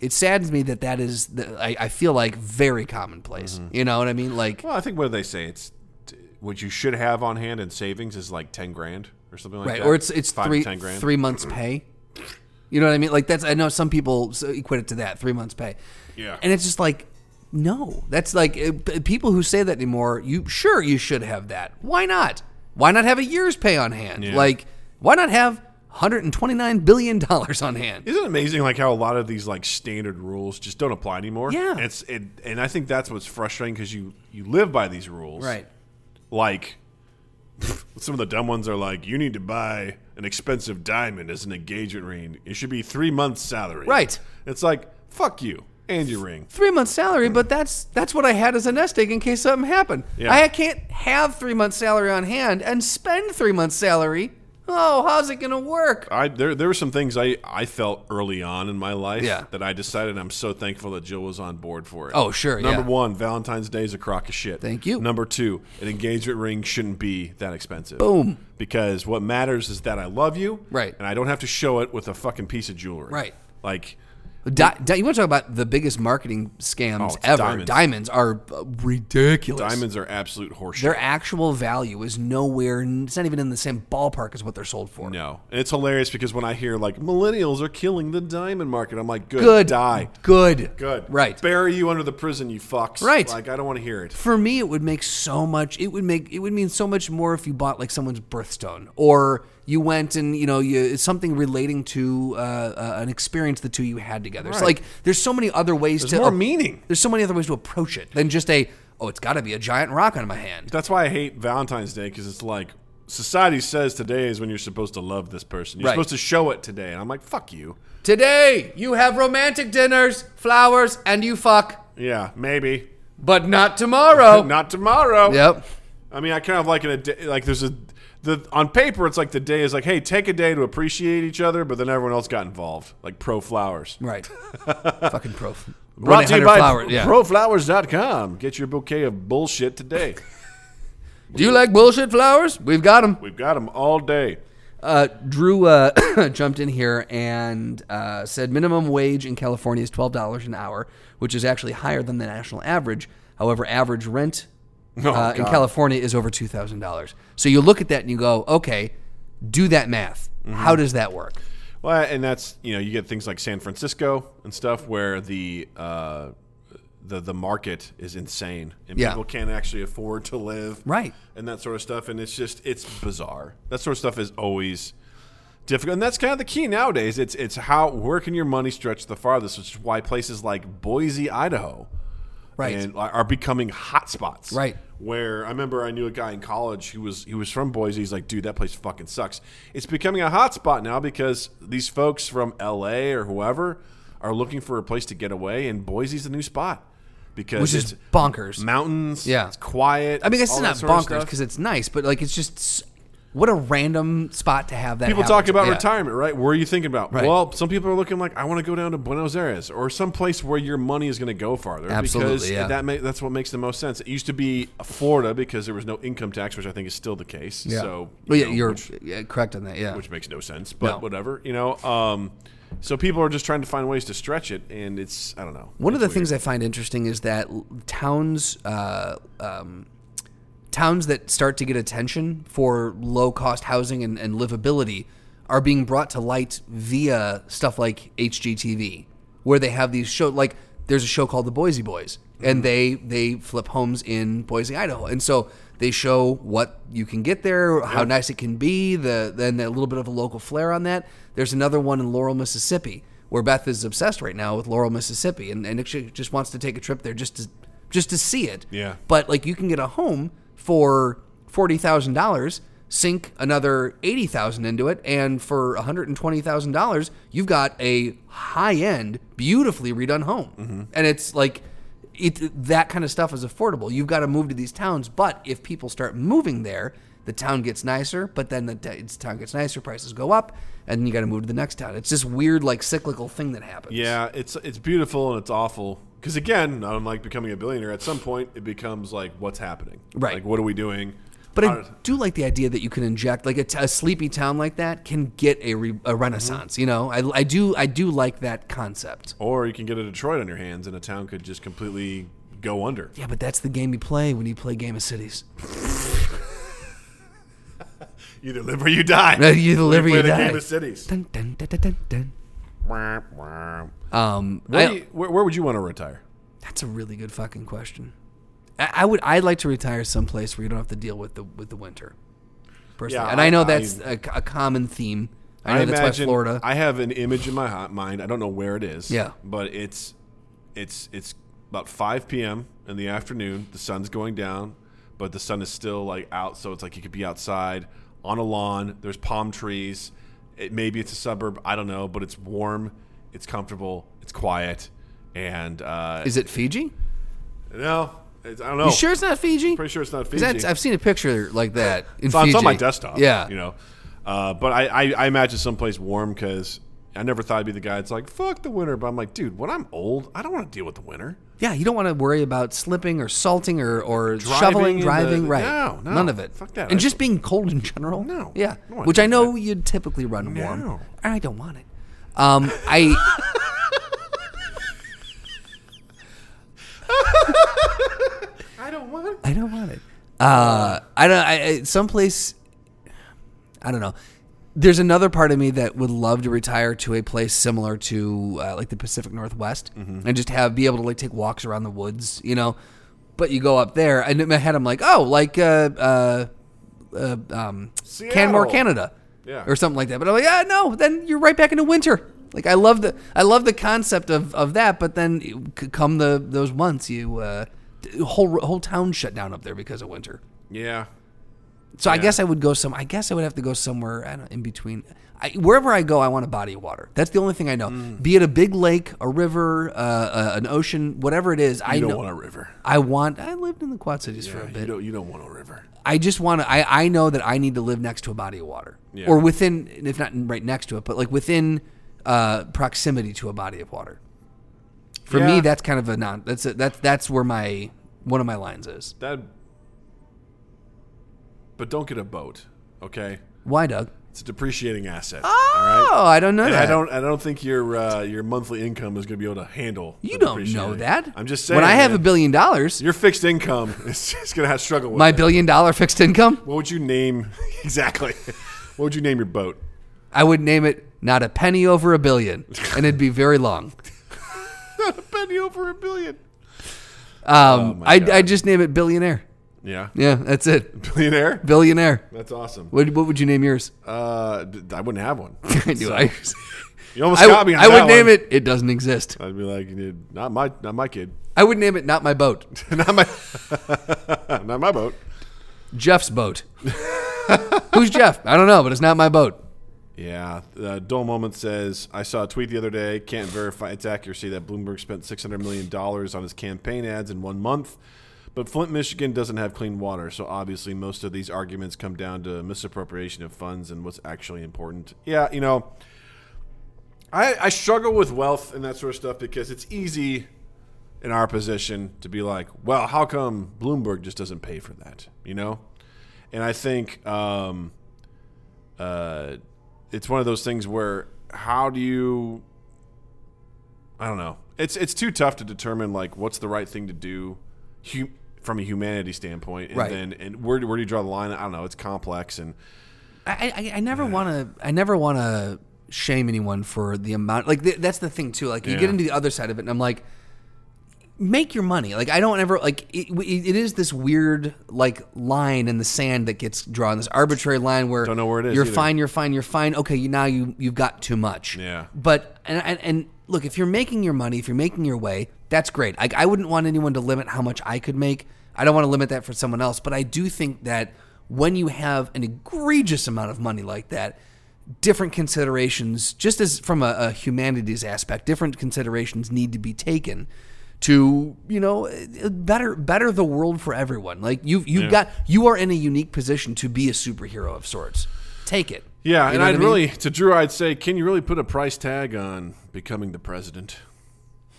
Speaker 1: it saddens me that that is the, I, I feel like very commonplace. You know what I mean? Like
Speaker 2: Mm-hmm. Well, I think what do they say? It's t- what you should have on hand in savings is like ten grand or something like
Speaker 1: right,
Speaker 2: that.
Speaker 1: or it's it's
Speaker 2: Five to
Speaker 1: three
Speaker 2: ten grand. Mm-hmm.
Speaker 1: three months pay. You know what I mean? Like that's I know some people s- equate it to that three months pay.
Speaker 2: Yeah.
Speaker 1: and it's just like no, that's like uh, p- people who say that anymore. You sure you should have that? Why not? Why not have a year's pay on hand?
Speaker 2: Yeah.
Speaker 1: Like why not have 129 billion dollars on hand?
Speaker 2: Isn't it amazing like how a lot of these like standard rules just don't apply anymore?
Speaker 1: Yeah.
Speaker 2: And it's it, and I think that's what's frustrating because you you live by these rules,
Speaker 1: Right.
Speaker 2: Like some of the dumb ones are like you need to buy an expensive diamond as an engagement ring. It should be three months' salary,
Speaker 1: Right.
Speaker 2: It's like fuck you and your ring.
Speaker 1: three months salary, but that's that's what I had as a nest egg in case something happened.
Speaker 2: Yeah.
Speaker 1: I can't have three months salary on hand and spend three months salary. Oh, how's it gonna work?
Speaker 2: I there there were some things I I felt early on in my life
Speaker 1: Yeah.
Speaker 2: that I decided I'm so thankful that Jill was on board for it.
Speaker 1: Oh, sure,
Speaker 2: Number
Speaker 1: yeah.
Speaker 2: one, Valentine's Day is a crock of shit.
Speaker 1: Thank you.
Speaker 2: Number two, an engagement ring shouldn't be that expensive. Boom. Because what matters is that I love you,
Speaker 1: Right.
Speaker 2: And I don't have to show it with a fucking piece of jewelry,
Speaker 1: Right.
Speaker 2: Like,
Speaker 1: Di- di- you want to talk about the biggest marketing
Speaker 2: Oh,
Speaker 1: scams
Speaker 2: it's
Speaker 1: ever?
Speaker 2: diamonds.
Speaker 1: are uh, ridiculous.
Speaker 2: diamonds are absolute horseshit.
Speaker 1: Their actual value is nowhere. n- It's not even in the same ballpark as what they're sold for.
Speaker 2: no, and it's hilarious because when I hear like millennials are killing the diamond market, I'm like, good,
Speaker 1: Good.
Speaker 2: die,
Speaker 1: Good.
Speaker 2: good,
Speaker 1: Right.
Speaker 2: Bury you under the prison, you fucks,
Speaker 1: Right.
Speaker 2: Like, I don't want to hear it.
Speaker 1: for me it would make so much it would make it would mean so much more if you bought like someone's birthstone or you went and you know you something relating to uh, uh, an experience the two you had together so
Speaker 2: Right.
Speaker 1: like there's so many other ways
Speaker 2: There's
Speaker 1: to
Speaker 2: more meaning.
Speaker 1: there's so many other ways to approach it than just a oh it's got to be a giant rock on my hand
Speaker 2: That's why I hate Valentine's Day because it's like society says today is when you're supposed to love this person. You're
Speaker 1: Right.
Speaker 2: supposed to show it today, and I'm like, fuck you.
Speaker 1: today you have romantic dinners flowers and you fuck
Speaker 2: Yeah, maybe.
Speaker 1: but not tomorrow
Speaker 2: Not tomorrow.
Speaker 1: Oh. yep
Speaker 2: I mean, I kind of like it. A day, like there's a the on paper, it's like the day is like, hey, take a day to appreciate each other, but then everyone else got involved, like pro flowers.
Speaker 1: right fucking prof
Speaker 2: Brought to you by
Speaker 1: 1-800-Flowers, yeah.
Speaker 2: proflowers.com. Get your bouquet of bullshit today.
Speaker 1: do you like bullshit flowers we've got them
Speaker 2: We've got them all day.
Speaker 1: Uh, Drew uh, jumped in here and uh, said minimum wage in California is twelve dollars an hour, which is actually higher than the national average. However, average rent
Speaker 2: Oh,
Speaker 1: uh, in California is over two thousand dollars. So you look at that and you go, okay, do that math.
Speaker 2: Mm-hmm.
Speaker 1: How does that work?
Speaker 2: Well, and that's you know you get things like San Francisco and stuff where the uh, the the market is insane and
Speaker 1: Yeah.
Speaker 2: people can't actually afford to live
Speaker 1: Right.
Speaker 2: and that sort of stuff and it's just it's bizarre that sort of stuff is always difficult and that's kind of the key nowadays it's it's how where can your money stretch the farthest which is why places like Boise Idaho
Speaker 1: Right.
Speaker 2: and are are becoming hotspots.
Speaker 1: Right.
Speaker 2: Where I remember I knew a guy in college who was he was from Boise. He's like, dude, that place fucking sucks. It's becoming a hotspot now because these folks from LA or whoever are looking for a place to get away, and Boise's the new spot because
Speaker 1: Which
Speaker 2: it's
Speaker 1: is bonkers.
Speaker 2: mountains.
Speaker 1: Yeah.
Speaker 2: it's quiet.
Speaker 1: I mean, it's
Speaker 2: all
Speaker 1: not
Speaker 2: that sort of
Speaker 1: bonkers
Speaker 2: stuff.
Speaker 1: because it's nice, but like it's just s- what a random spot to have that.
Speaker 2: People
Speaker 1: happen
Speaker 2: talk
Speaker 1: to.
Speaker 2: about
Speaker 1: Yeah.
Speaker 2: retirement, right? Where are you thinking about?
Speaker 1: Right.
Speaker 2: Well, some people are looking like I want to go down to Buenos Aires or some place where your money is going to go farther. because
Speaker 1: Absolutely, yeah.
Speaker 2: that ma- that's what makes the most sense. It used to be Florida because there was no income tax, which I think is still the case.
Speaker 1: Yeah.
Speaker 2: So,
Speaker 1: well,
Speaker 2: you
Speaker 1: yeah,
Speaker 2: know,
Speaker 1: you're
Speaker 2: which,
Speaker 1: yeah, correct on that. Yeah.
Speaker 2: which makes no sense, but
Speaker 1: No.
Speaker 2: whatever, you know. Um, so people are just trying to find ways to stretch it, and it's I don't know.
Speaker 1: One of
Speaker 2: It's
Speaker 1: the
Speaker 2: weird.
Speaker 1: things I find interesting is that l- towns, uh, um, towns that start to get attention for low cost housing and, and livability are being brought to light via stuff like HGTV, where they have these show like there's a show called The Boise Boys, and they they flip homes in Boise, Idaho, and so They show what you can get there, how nice it can be, the then a little bit of a local flair on that. There's another one in Laurel, Mississippi, where Beth is obsessed right now with Laurel, Mississippi, and and actually just wants to take a trip there just to just to see it.
Speaker 2: Yeah.
Speaker 1: But like you can get a home for forty thousand dollars, sink another eighty thousand into it, and for one hundred and twenty thousand dollars, you've got a high end, beautifully redone home, and it's like. It, that kind of stuff is affordable. You've got to move to these towns, but if people start moving there, the town gets nicer. But then the t- town gets nicer, prices go up, and then you got to move to the next town. It's this weird, like cyclical thing that happens.
Speaker 2: Yeah, it's it's beautiful and it's awful. Because again, not unlike becoming a billionaire, at some point it becomes like, what's happening?
Speaker 1: Right.
Speaker 2: Like, what are we doing?
Speaker 1: But
Speaker 2: How
Speaker 1: I
Speaker 2: did-
Speaker 1: do like the idea that you can inject like a, t- a sleepy town like that can get a, re-
Speaker 2: Mm-hmm.
Speaker 1: a renaissance. You know, I, I do I do like that concept.
Speaker 2: or you can get a Detroit on your hands, and a town could just completely go under.
Speaker 1: Yeah, but that's the game you play when you play Game of Cities.
Speaker 2: Either live or you die.
Speaker 1: No, you either live or
Speaker 2: play
Speaker 1: you
Speaker 2: the
Speaker 1: die.
Speaker 2: Game of Cities.
Speaker 1: Dun, dun, dun, dun, dun, dun. Um,
Speaker 2: Where,
Speaker 1: I-
Speaker 2: do you- where, where would you want to retire?
Speaker 1: that's a really good fucking question. I, I would I'd like to retire someplace where you don't have to deal with the with the winter. Personally,
Speaker 2: Yeah,
Speaker 1: and I,
Speaker 2: I-
Speaker 1: know
Speaker 2: I-
Speaker 1: that's a, a common theme. I know
Speaker 2: I
Speaker 1: that's
Speaker 2: imagine
Speaker 1: why Florida.
Speaker 2: I have an image in my hot mind. I don't know where it is.
Speaker 1: Yeah.
Speaker 2: but it's it's it's about 5 p.m. in the afternoon. The sun's going down, but the sun is still like out, so it's like you could be outside on a lawn. There's palm trees. It, maybe it's a suburb. I don't know, but it's warm. It's comfortable. It's quiet. And uh,
Speaker 1: Is it Fiji?
Speaker 2: no, it's, I don't know.
Speaker 1: You sure it's not Fiji?
Speaker 2: Oh. Pretty sure it's not
Speaker 1: 'Cause
Speaker 2: Fiji.
Speaker 1: that's- I've seen a picture like that in
Speaker 2: So it's on my
Speaker 1: Fiji.
Speaker 2: desktop.
Speaker 1: Yeah,
Speaker 2: you know. Uh, but I, I, I imagine someplace warm because I never thought I'd be the guy that's like, fuck the winter. But I'm like, dude, when I'm old, I don't want to deal with the winter.
Speaker 1: Yeah, you don't want to worry about slipping or salting or, or
Speaker 2: Driving
Speaker 1: shoveling,
Speaker 2: in
Speaker 1: driving,
Speaker 2: the-
Speaker 1: right?
Speaker 2: no, no,
Speaker 1: none of it.
Speaker 2: fuck that.
Speaker 1: And
Speaker 2: I-
Speaker 1: just being cold in general.
Speaker 2: No,
Speaker 1: Yeah,
Speaker 2: I don't wanna
Speaker 1: which
Speaker 2: do
Speaker 1: I know you'd typically run warm.
Speaker 2: No.
Speaker 1: I don't want it. Um, I.
Speaker 2: I don't want.
Speaker 1: I don't want it. Uh, I don't. I, I someplace. I don't know. There's another part of me that would love to retire to a place similar to uh, like the Pacific Northwest and just have be able to like take walks around the woods, you know. But you go up there, and in my head, I'm like, oh, like uh, uh, uh, um, Canmore,
Speaker 2: Seattle.
Speaker 1: Canada,
Speaker 2: Yeah.
Speaker 1: or something like that. But I'm like, ah, no, then you're right back into winter. Like I love the I love the concept of, of that, but then it- c- come the those months, you uh, d- whole whole town shut down up there because of winter.
Speaker 2: Yeah.
Speaker 1: So I guess I would go some. I guess I would have to go somewhere I don't, in between. I, wherever I go, I want a body of water. That's the only thing I know.
Speaker 2: Mm.
Speaker 1: Be it a big lake, a river, uh, uh, an ocean, whatever it is. I
Speaker 2: You don't
Speaker 1: know,
Speaker 2: want a river.
Speaker 1: I want. I lived in the Quad Cities for a
Speaker 2: You
Speaker 1: bit.
Speaker 2: don't, you don't want a river.
Speaker 1: I just want to. I, I know that I need to live next to a body of water,
Speaker 2: Yeah.
Speaker 1: or within, if not right next to it, but like within uh, proximity to a body of water. For me,
Speaker 2: Yeah.
Speaker 1: that's kind of a non. That's a, that's that's where my one of my lines is.
Speaker 2: That. But don't get a boat, okay?
Speaker 1: Why, Doug?
Speaker 2: It's a depreciating asset.
Speaker 1: Oh, I don't know
Speaker 2: And
Speaker 1: that.
Speaker 2: I don't. I don't think your uh, your monthly income is going to be able to handle.
Speaker 1: You
Speaker 2: the
Speaker 1: don't know
Speaker 2: depreciating.
Speaker 1: that.
Speaker 2: I'm just saying.
Speaker 1: When I have
Speaker 2: man,
Speaker 1: a billion dollars,
Speaker 2: your fixed income is just going to have to struggle with
Speaker 1: my
Speaker 2: it.
Speaker 1: billion dollar fixed income,
Speaker 2: What would you name exactly? what would you name your boat?
Speaker 1: I would name it not a penny over a billion, and it'd be very long.
Speaker 2: Not a penny over a billion.
Speaker 1: Um,
Speaker 2: Oh my
Speaker 1: I
Speaker 2: God.
Speaker 1: I just name it billionaire.
Speaker 2: Yeah,
Speaker 1: Yeah, that's it.
Speaker 2: billionaire.
Speaker 1: Billionaire.
Speaker 2: That's awesome.
Speaker 1: What what would you name yours?
Speaker 2: Uh, d- I wouldn't have one.
Speaker 1: I do. I,
Speaker 2: You almost
Speaker 1: I,
Speaker 2: got me. On
Speaker 1: I would
Speaker 2: that
Speaker 1: name
Speaker 2: one.
Speaker 1: it. It doesn't exist.
Speaker 2: I'd be like, "Dude, not my, not my kid,
Speaker 1: I would name it. Not my boat.
Speaker 2: not my, not my boat.
Speaker 1: Jeff's boat. Who's Jeff? I don't know, but it's not my boat.
Speaker 2: Yeah. Uh, Dull Moment says, I saw a tweet the other day, can't verify its accuracy, that Bloomberg spent $600 million on his campaign ads in one month. But Flint, Michigan doesn't have clean water, so obviously most of these arguments come down to misappropriation of funds and what's actually important. Yeah, you know, I, I struggle with wealth and that sort of stuff because it's easy in our position to be like, well, how come Bloomberg just doesn't pay for that? You know? And I think um, uh, it's one of those things where how do you I don't know. It's it's too tough to determine like what's the right thing to do hu- from a humanity standpoint and
Speaker 1: Right.
Speaker 2: then and where do- where do you draw the line? I don't know. It's complex and
Speaker 1: I, I, I never want to. I never want to shame anyone for the amount. Like th- that's the thing too. Like you
Speaker 2: Yeah.
Speaker 1: get into the other side of it, and I'm like, make your money. Like I don't ever like it, it it is this weird like line in the sand that gets drawn, this arbitrary line where
Speaker 2: Don't know where it is
Speaker 1: You're
Speaker 2: either.
Speaker 1: fine, you're fine, you're fine. Okay, you, now you you've got too much.
Speaker 2: Yeah.
Speaker 1: But and, and and look, if you're making your money, if you're making your way, that's great. Like I wouldn't want anyone to limit how much I could make. I don't want to limit that for someone else, but I do think that when you have an egregious amount of money like that, different considerations, just as from a, a humanities aspect, different considerations need to be taken to you know uh, better better the world for everyone. Like you've you've got you are in a unique position to be a superhero of sorts. Take it.
Speaker 2: Yeah,
Speaker 1: You
Speaker 2: and
Speaker 1: know what
Speaker 2: I'd
Speaker 1: I mean?
Speaker 2: really to Drew, I'd say, can you really put a price tag on becoming the president?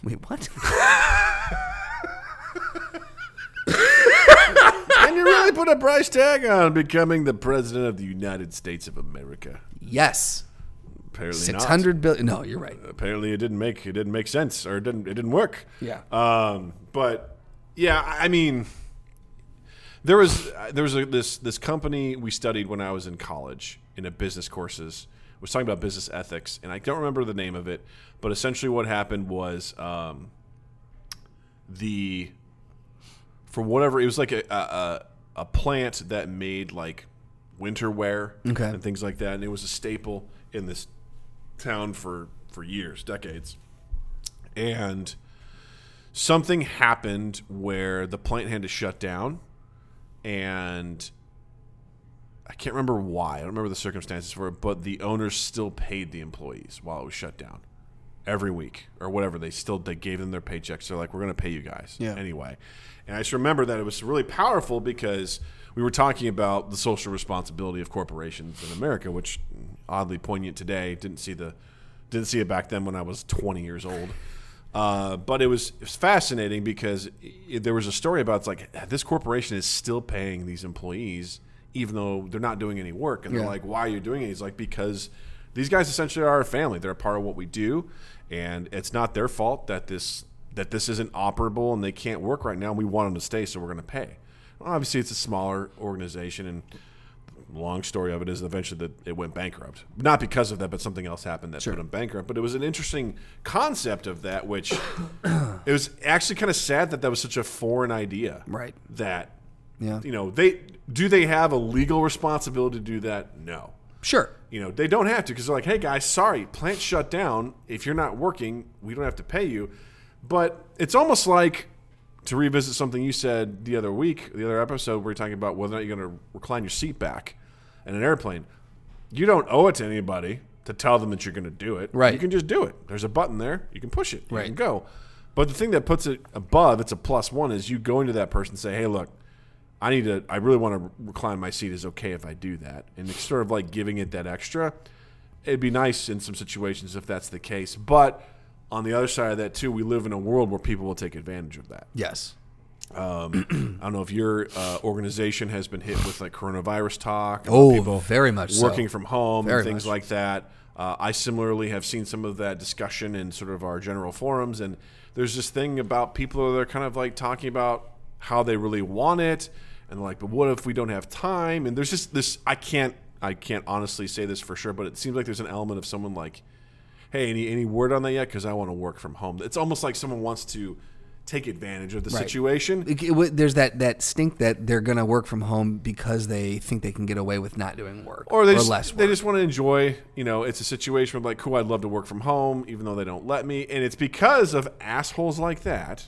Speaker 1: wait what?
Speaker 2: Can you really put a price tag on becoming the president of the United States of America?
Speaker 1: yes.
Speaker 2: Apparently
Speaker 1: Six
Speaker 2: not.
Speaker 1: hundred billion. No, you're right.
Speaker 2: Apparently, it didn't make it didn't make sense, or it didn't it didn't work.
Speaker 1: Yeah.
Speaker 2: Um, but yeah, I I mean, there was there was a, this this company we studied when I was in college in a business courses was talking about business ethics, and I don't remember the name of it, but essentially what happened was um, the for whatever it was like a a, a, a plant that made like winter wear
Speaker 1: Okay.
Speaker 2: and things like that, and it was a staple in this town for for years, decades, and something happened where the plant had to shut down and I can't remember why. I don't remember the circumstances for it, but the owners still paid the employees while it was shut down every week or whatever. They still they gave them their paychecks. They're like, we're going to pay you guys
Speaker 1: Yeah.
Speaker 2: anyway. And I just remember that it was really powerful because we were talking about the social responsibility of corporations in America, which mm, oddly poignant today. Didn't see the didn't see it back then when I was 20 years old. Uh, but it was, it was fascinating because i there was a story about it's like this corporation is still paying these employees even though they're not doing any work and they're
Speaker 1: Yeah.
Speaker 2: like why are you doing it he's like because these guys essentially are our family they're a part of what we do and it's not their fault that this that this isn't operable and they can't work right now and we want them to stay so we're going to pay well, obviously it's a smaller organization and long story of it is eventually that it went bankrupt. Not because of that, but something else happened that put them bankrupt. But it was an interesting concept of that, which it was actually kind of sad that that was such a foreign idea.
Speaker 1: Right.
Speaker 2: That
Speaker 1: Yeah.
Speaker 2: you know they do they have a legal responsibility to do that? No.
Speaker 1: Sure.
Speaker 2: You know they don't have to because they're like, hey guys, sorry, plant shut down. If you're not working, we don't have to pay you. But it's almost like to revisit something you said the other week, the other episode, we were talking about whether or not you're going to recline your seat back in an airplane. You don't owe it to anybody to tell them that you're going to do it.
Speaker 1: Right.
Speaker 2: You can just do it. There's a button there. You can push it. You
Speaker 1: Right.
Speaker 2: can go. But the thing that puts it above, it's a plus one, is you go into that person and say, hey, look, I need to, I really want to recline my seat. Is it okay if I do that? And it's sort of like giving it that extra. It'd be nice in some situations if that's the case. But on the other side of that, too, we live in a world where people will take advantage of that.
Speaker 1: Yes.
Speaker 2: I don't know if your uh, organization has been hit with like coronavirus talk. about
Speaker 1: Oh,
Speaker 2: people
Speaker 1: very much so.
Speaker 2: working from home
Speaker 1: Very
Speaker 2: and things
Speaker 1: much.
Speaker 2: like that. Uh, I similarly have seen some of that discussion in sort of our general forums, and there's this thing about people that are kind of like talking about how they really want it, and like, but what if we don't have time? And there's just this. I can't. I can't honestly say this for sure, but it seems like there's an element of someone like hey, any any word on that yet? Because I want to work from home. It's almost like someone wants to take advantage of the situation.
Speaker 1: It- it w- There's that, that stink that they're gonna work from home because they think they can get away with not doing work
Speaker 2: Or they just,
Speaker 1: less work.
Speaker 2: they just want to enjoy, you know, it's a situation of like, cool, I'd love to work from home, even though they don't let me. And it's because of assholes like that.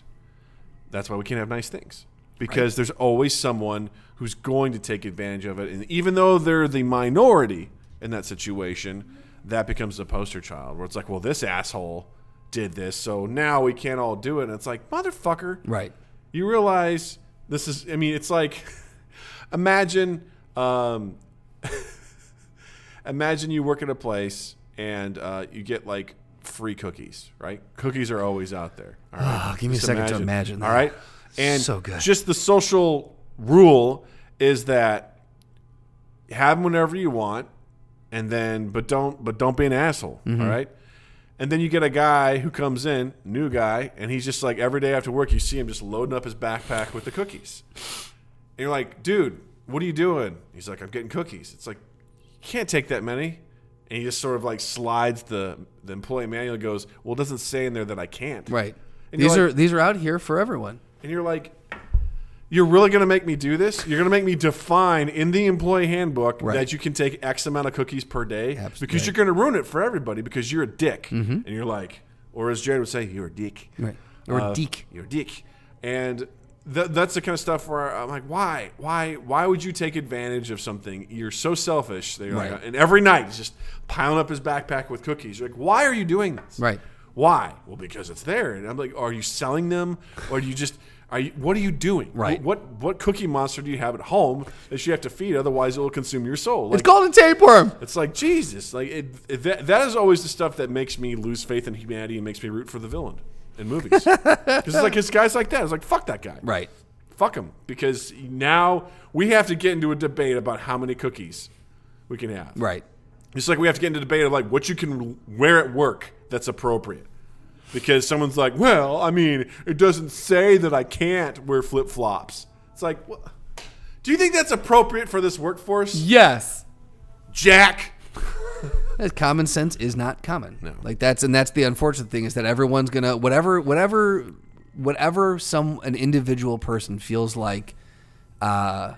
Speaker 2: That's why we can't have nice things. Because there's always someone who's going to take advantage of it. And even though they're the minority in that situation, that becomes a poster child where it's like, well, this asshole did this, so now we can't all do it. And it's like, motherfucker.
Speaker 1: right.
Speaker 2: you realize this is i mean it's like imagine um, imagine you work at a place and uh, you get like free cookies right cookies are always out there all right
Speaker 1: Oh, give me a
Speaker 2: Just
Speaker 1: second to imagine.
Speaker 2: all
Speaker 1: that.
Speaker 2: right and
Speaker 1: So good.
Speaker 2: just the social rule is that have them whenever you want and then but don't but don't be an asshole all right and then you get a guy who comes in new guy and he's just like every day after work you see him just loading up his backpack with the cookies and you're like dude what are you doing he's like i'm getting cookies it's like you can't take that many and he just sort of like slides the the employee manual and goes well it doesn't say in there that i can't
Speaker 1: Right.
Speaker 2: And
Speaker 1: These
Speaker 2: you're
Speaker 1: are
Speaker 2: like,
Speaker 1: these are out here for everyone.
Speaker 2: and you're like, you're really gonna make me do this? You're gonna make me define in the employee handbook
Speaker 1: Right.
Speaker 2: that you can take X amount of cookies per day
Speaker 1: Absolutely.
Speaker 2: because you're gonna ruin it for everybody because you're a dick. And you're like, or as Jared would say, you're a dick.
Speaker 1: Mm-hmm.
Speaker 2: Uh,
Speaker 1: Right. Or deek.
Speaker 2: You're a dick. And th- that's the kind of stuff where I'm like, why, why, why would you take advantage of something? You're so selfish. They're like-
Speaker 1: Right.
Speaker 2: and every night he's just piling up his backpack with cookies. You're like, why are you doing this?
Speaker 1: Right.
Speaker 2: Why? Well, because it's there. And I'm like, are you selling them, or do you just? Are you, what are you doing?
Speaker 1: Right.
Speaker 2: What what cookie monster do you have at home that you have to feed? Otherwise, it will consume your soul.
Speaker 1: It's
Speaker 2: Like,
Speaker 1: called a tapeworm.
Speaker 2: it's like Jesus. Like it, it, that, that is always the stuff that makes me lose faith in humanity and makes me root for the villain in movies. Because it's like his guys like that. It's like fuck that guy.
Speaker 1: Right.
Speaker 2: Fuck him. Because now we have to get into a debate about how many cookies we can have.
Speaker 1: Right.
Speaker 2: It's like we have to get into a debate of like what you can wear at work that's appropriate. Because someone's like, well, I mean, it doesn't say that I can't wear flip flops. It's like, wha- do you think that's appropriate for this workforce,
Speaker 1: Yes.
Speaker 2: Jack?
Speaker 1: That common sense is not common. Like that's and that's the unfortunate thing is that everyone's gonna whatever whatever whatever some an individual person feels like uh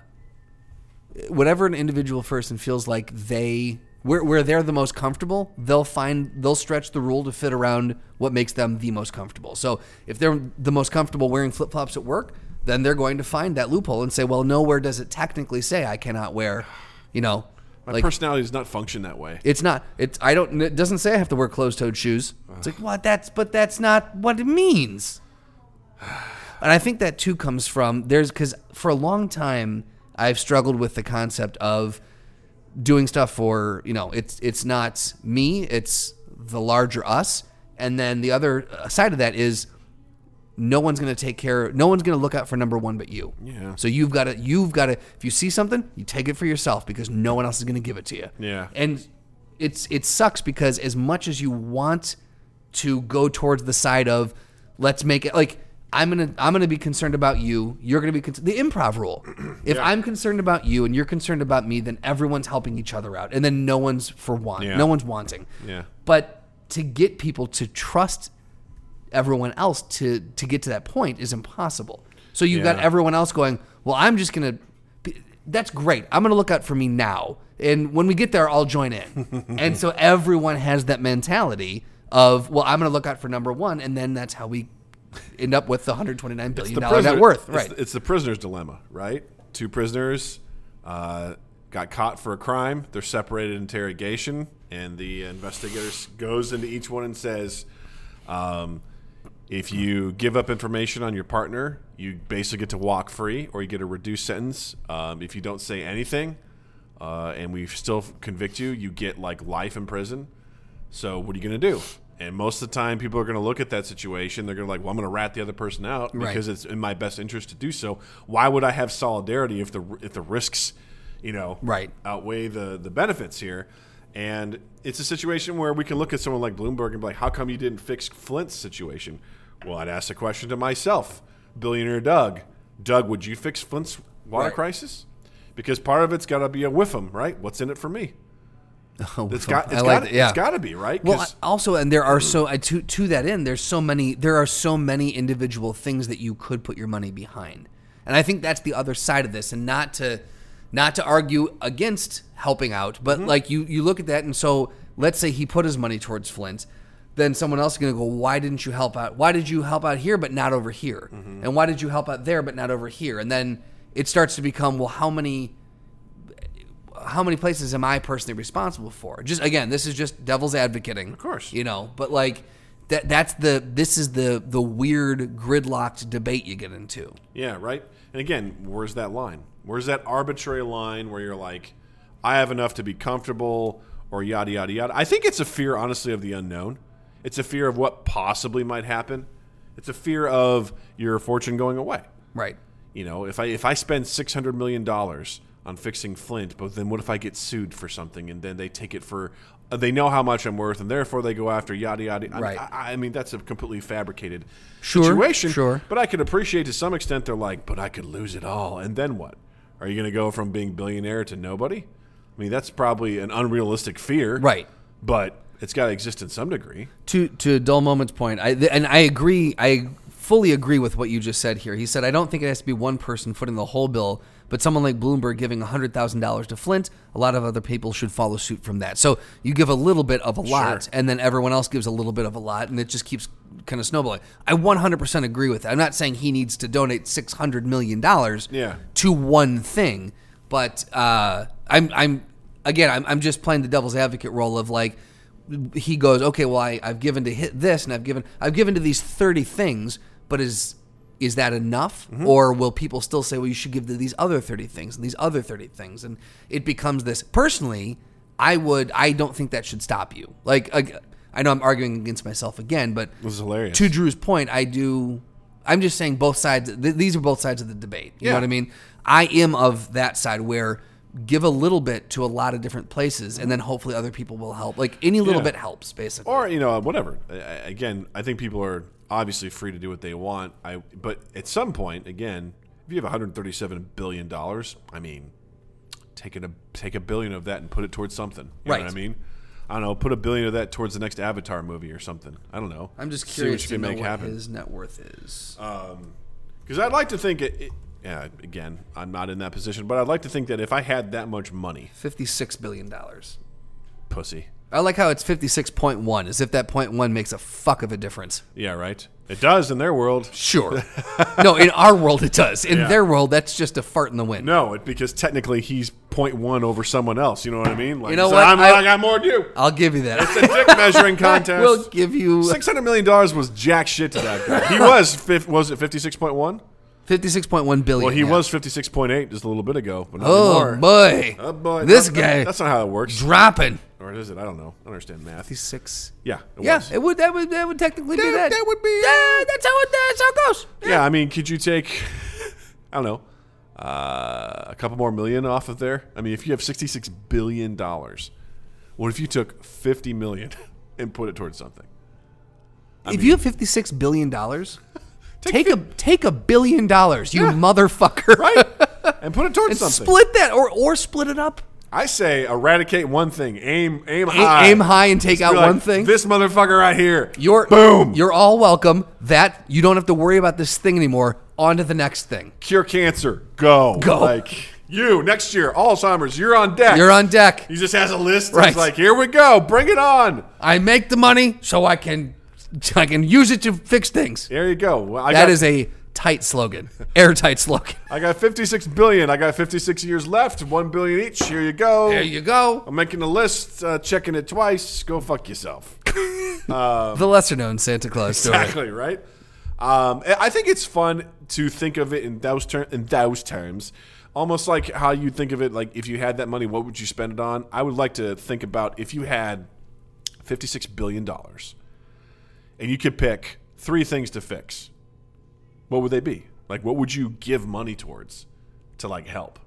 Speaker 1: whatever an individual person feels like they where where they're the most comfortable, they'll find they'll stretch the rule to fit around what makes them the most comfortable. So if they're the most comfortable wearing flip flops at work, then they're going to find that loophole and say, Well, nowhere does it technically say I cannot wear you know
Speaker 2: My personality does not function that way.
Speaker 1: It's not. It's I don't. It doesn't say I have to wear closed-toed shoes. It's like what? That's but that's not what it means. And I think that too comes from there's because for a long time I've struggled with the concept of doing stuff for you know it's it's not me it's the larger us and then the other uh, side of that is no one's going to take care no one's going to look out for number 1 but you.
Speaker 2: Yeah.
Speaker 1: So you've got to you've got to if you see something you take it for yourself because no one else is going to give it to you.
Speaker 2: Yeah.
Speaker 1: And it's it sucks because as much as you want to go towards the side of let's make it like I'm gonna I'm gonna be concerned about you. You're gonna be con- the improv rule. If I'm concerned about you and you're concerned about me, then everyone's helping each other out, and then no one's for want.
Speaker 2: Yeah.
Speaker 1: No one's wanting.
Speaker 2: Yeah.
Speaker 1: But to get people to trust everyone else to to get to that point is impossible. So you've got
Speaker 2: Yeah.
Speaker 1: everyone else going, "Well, I'm just going to that's great. I'm going to look out for me now. And when we get there, I'll join in." and so everyone has that mentality of, "Well, I'm going to look out for number 1," and then that's how we end up with the 129 billion dollar net worth,
Speaker 2: it's,
Speaker 1: right?
Speaker 2: the, it's the prisoner's dilemma, right? Two prisoners uh, got caught for a crime. They're separated in interrogation, and the investigator s- goes into each one and says, um, "If you give up information on your partner, you basically get to walk free, or you get a reduced sentence. Um, if you don't say anything, uh, and we still f- convict you, you get like life in prison." So what are you going to do? And most of the time, people are going to look at that situation. They're going to like, well, I'm going to rat the other person out
Speaker 1: Right.
Speaker 2: because it's in my best interest to do so. Why would I have solidarity if the if the risks, you know,
Speaker 1: Right.
Speaker 2: outweigh the the benefits here? And it's a situation where we can look at someone like Bloomberg and be like, how come you didn't fix Flint's situation? Well, I'd ask the question to myself, billionaire Doug. Doug, would you fix Flint's water
Speaker 1: Right.
Speaker 2: crisis? Because part of it's got to be a whiffum, right? What's in it for me? It's got,
Speaker 1: Oh, I
Speaker 2: it's
Speaker 1: like
Speaker 2: got,
Speaker 1: that, yeah.
Speaker 2: it's got to be right.
Speaker 1: Well,
Speaker 2: 'Cause-
Speaker 1: I- also, and there are so I- to to that end, there's so many there are so many individual things that you could put your money behind, and I think that's the other side of this, and not to not to argue against helping out, but
Speaker 2: Mm-hmm.
Speaker 1: like you you look at that, and so let's say he put his money towards Flint. Then someone else is going to go. Why didn't you help out? Why did you help out here but not over here?
Speaker 2: Mm-hmm.
Speaker 1: And why did you help out there but not over here? And then it starts to become well, how many how many places am I personally responsible for? Just again, this is just devil's advocating. Of
Speaker 2: course.
Speaker 1: You know, but like that that's the this is the the weird gridlocked debate you get into.
Speaker 2: Yeah, right. And again, where's that line? Where's that arbitrary line where you're like, I have enough to be comfortable, or yada yada yada. I think it's a fear, honestly, of the unknown. It's a fear of what possibly might happen. It's a fear of your fortune going away.
Speaker 1: Right.
Speaker 2: You know, if I if I spend six hundred million dollars on fixing Flint, but then what if I get sued for something and then they take it for uh, they know how much I'm worth and therefore they go after yada yada. I mean,
Speaker 1: Right.
Speaker 2: I, I mean that's a completely fabricated
Speaker 1: Sure,
Speaker 2: situation.
Speaker 1: sure.
Speaker 2: But I could appreciate to some extent they're like, but I could lose it all and then what? Are you going to go from being billionaire to nobody? I mean that's probably an unrealistic fear.
Speaker 1: Right.
Speaker 2: But it's got to exist in some degree.
Speaker 1: To to Dull Moment's point, I th- and I agree. I fully agree with what you just said here. He said, I don't think it has to be one person footing the whole bill, but someone like Bloomberg giving $100,000 to Flint, a lot of other people should follow suit from that. So you give a little bit of a lot, and then everyone else gives a little bit of a lot, and it just keeps kind of snowballing. I 100% agree with that. I'm not saying he needs to donate $600 million
Speaker 2: Yeah.
Speaker 1: to one thing. But uh, I'm I'm again I'm, I'm just playing the devil's advocate role of like he goes okay well I, I've given to hit this and I've given I've given to these thirty things but is is that enough
Speaker 2: Mm-hmm.
Speaker 1: or will people still say well you should give to these other thirty things and these other thirty things and it becomes this personally I would I don't think that should stop you like I, I know I'm arguing against myself again but
Speaker 2: This is hilarious.
Speaker 1: to Drew's point, I do. I'm just saying both sides. Th- these are both sides of the debate. You
Speaker 2: Yeah.
Speaker 1: know what I mean? I am of that side where give a little bit to a lot of different places, and then hopefully other people will help. Like any little
Speaker 2: Yeah.
Speaker 1: bit helps, basically.
Speaker 2: or you know whatever I- I- again i think people are obviously free to do what they want i but at some point again if you have 137 billion dollars i mean take it a take a billion of that and put it towards something you know
Speaker 1: Right.
Speaker 2: what i mean i don't know put a billion of that towards the next avatar movie or something i don't know
Speaker 1: I'm just
Speaker 2: See what
Speaker 1: curious
Speaker 2: you
Speaker 1: to
Speaker 2: can
Speaker 1: know
Speaker 2: make
Speaker 1: what
Speaker 2: happen.
Speaker 1: his net worth is.
Speaker 2: Because I'd like to think it, it. Yeah, again, I'm not in that position, but I'd like to think that if I had that much money,
Speaker 1: Fifty-six billion dollars.
Speaker 2: pussy.
Speaker 1: I like how it's fifty-six point one, as if that point one makes a fuck of a difference.
Speaker 2: Yeah, right. It does in their world.
Speaker 1: Sure. no, in our world it does. In
Speaker 2: Yeah.
Speaker 1: their world, that's just a fart in the wind.
Speaker 2: No, it because technically he's point one over someone else. You know what I mean? Like,
Speaker 1: You know
Speaker 2: so
Speaker 1: what?
Speaker 2: I'm,
Speaker 1: I-
Speaker 2: I got more than you.
Speaker 1: I'll give you that.
Speaker 2: It's a dick measuring contest.
Speaker 1: we'll give you
Speaker 2: Six hundred million dollars was jack shit to that guy. He was fif- was it fifty six point one?
Speaker 1: fifty-six point one billion.
Speaker 2: Well, he
Speaker 1: yeah.
Speaker 2: was fifty six point eight just a little bit ago, but not
Speaker 1: Oh
Speaker 2: anymore.
Speaker 1: boy.
Speaker 2: Oh, boy.
Speaker 1: This
Speaker 2: That-
Speaker 1: guy
Speaker 2: that- That's not how it works.
Speaker 1: dropping.
Speaker 2: Or is it? I don't know. I don't understand math.
Speaker 1: Six.
Speaker 2: Yeah. It
Speaker 1: Yeah,
Speaker 2: was.
Speaker 1: it would that would that would technically be
Speaker 2: That-
Speaker 1: that.
Speaker 2: that would be-
Speaker 1: Yeah, that's how it that's how it goes.
Speaker 2: Yeah, I mean, could you take, I don't know, uh, a couple more million off of there? I mean, if you have sixty-six billion dollars, what if you took fifty million and put it towards something?
Speaker 1: if you have fifty six billion dollars, take a take a billion dollars, you
Speaker 2: Yeah.
Speaker 1: motherfucker.
Speaker 2: Right, and put it towards
Speaker 1: and
Speaker 2: something.
Speaker 1: split that or or split it up.
Speaker 2: I say eradicate one thing. Aim, aim
Speaker 1: A-
Speaker 2: high.
Speaker 1: aim high and take
Speaker 2: Be
Speaker 1: out
Speaker 2: like,
Speaker 1: one thing.
Speaker 2: This motherfucker right here.
Speaker 1: you're
Speaker 2: boom.
Speaker 1: You're all welcome. That you don't have to worry about this thing anymore. On to the next thing.
Speaker 2: cure cancer. Go.
Speaker 1: Go.
Speaker 2: Like you next year. Alzheimer's. You're on deck.
Speaker 1: You're on deck.
Speaker 2: He just has a list.
Speaker 1: Right.
Speaker 2: He's like, here we go. Bring it on.
Speaker 1: I make the money so I can I can use it to fix things.
Speaker 2: There you go. Well, I
Speaker 1: That
Speaker 2: got-
Speaker 1: is a tight slogan, airtight slogan.
Speaker 2: I got 56 billion. I got 56 years left. One billion each. Here you go.
Speaker 1: There you go.
Speaker 2: I'm making a list. Uh, checking it twice. Go fuck yourself.
Speaker 1: Um, the lesser known Santa Claus story.
Speaker 2: exactly right. Um, I I think it's fun to think of it in those ter- in those terms, almost like how you think of it. Like if you had that money, what would you spend it on? I would like to think about if you had fifty six billion dollars, and you could pick three things to fix. What would they be? Like what would you give money towards to like help?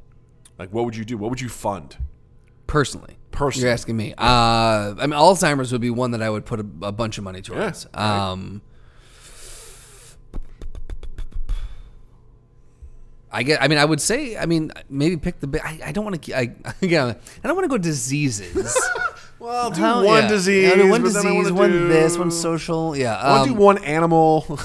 Speaker 2: Like what would you do? What would you fund?
Speaker 1: Personally.
Speaker 2: Personally.
Speaker 1: You're asking me. Uh, I mean, Alzheimer's would be one that I would put a, a bunch of money towards.
Speaker 2: Yeah, right.
Speaker 1: um, I get. I mean, I would say. I mean, maybe pick the. bi- I, I don't want to. I again. I don't want to go diseases.
Speaker 2: Well, do
Speaker 1: Hell,
Speaker 2: one
Speaker 1: yeah.
Speaker 2: disease,
Speaker 1: Yeah, do one
Speaker 2: but then I
Speaker 1: disease. One
Speaker 2: wanna do-
Speaker 1: this. One social. Yeah.
Speaker 2: I wanna
Speaker 1: Um,
Speaker 2: do one animal.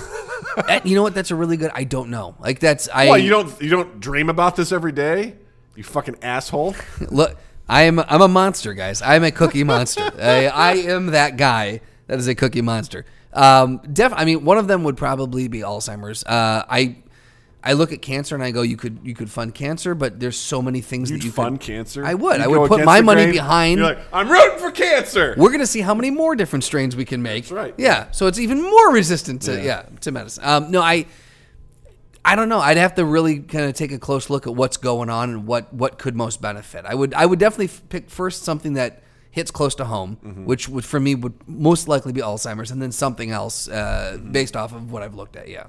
Speaker 1: that- you know what? That's a really good. I don't know. Like that's. I.
Speaker 2: Why you don't you don't dream about this every day? You fucking asshole.
Speaker 1: Look, I am I'm a monster, guys. I'm a cookie monster. I, I am that guy that is a cookie monster. Um, def, I mean, one of them would probably be Alzheimer's. Uh, I I look at cancer and I go, you could you could fund cancer, but there's so many things
Speaker 2: You'd
Speaker 1: that you
Speaker 2: fund
Speaker 1: could,
Speaker 2: cancer.
Speaker 1: I would.
Speaker 2: You'd
Speaker 1: I would
Speaker 2: go
Speaker 1: put
Speaker 2: against
Speaker 1: my
Speaker 2: the
Speaker 1: money
Speaker 2: grain.
Speaker 1: behind.
Speaker 2: You're like, I'm rooting for cancer.
Speaker 1: We're gonna see how many more different strains we can make.
Speaker 2: That's right.
Speaker 1: Yeah. So it's even more resistant to yeah,
Speaker 2: Yeah.
Speaker 1: to medicine. Um, no, I I don't know. I'd have to really kind of take a close look at what's going on and what what could most benefit. I would I would definitely f- pick first something that hits close to home,
Speaker 2: Mm-hmm.
Speaker 1: which would for me would most likely be Alzheimer's, and then something else uh,
Speaker 2: Mm-hmm.
Speaker 1: based off of what I've looked at. Yeah.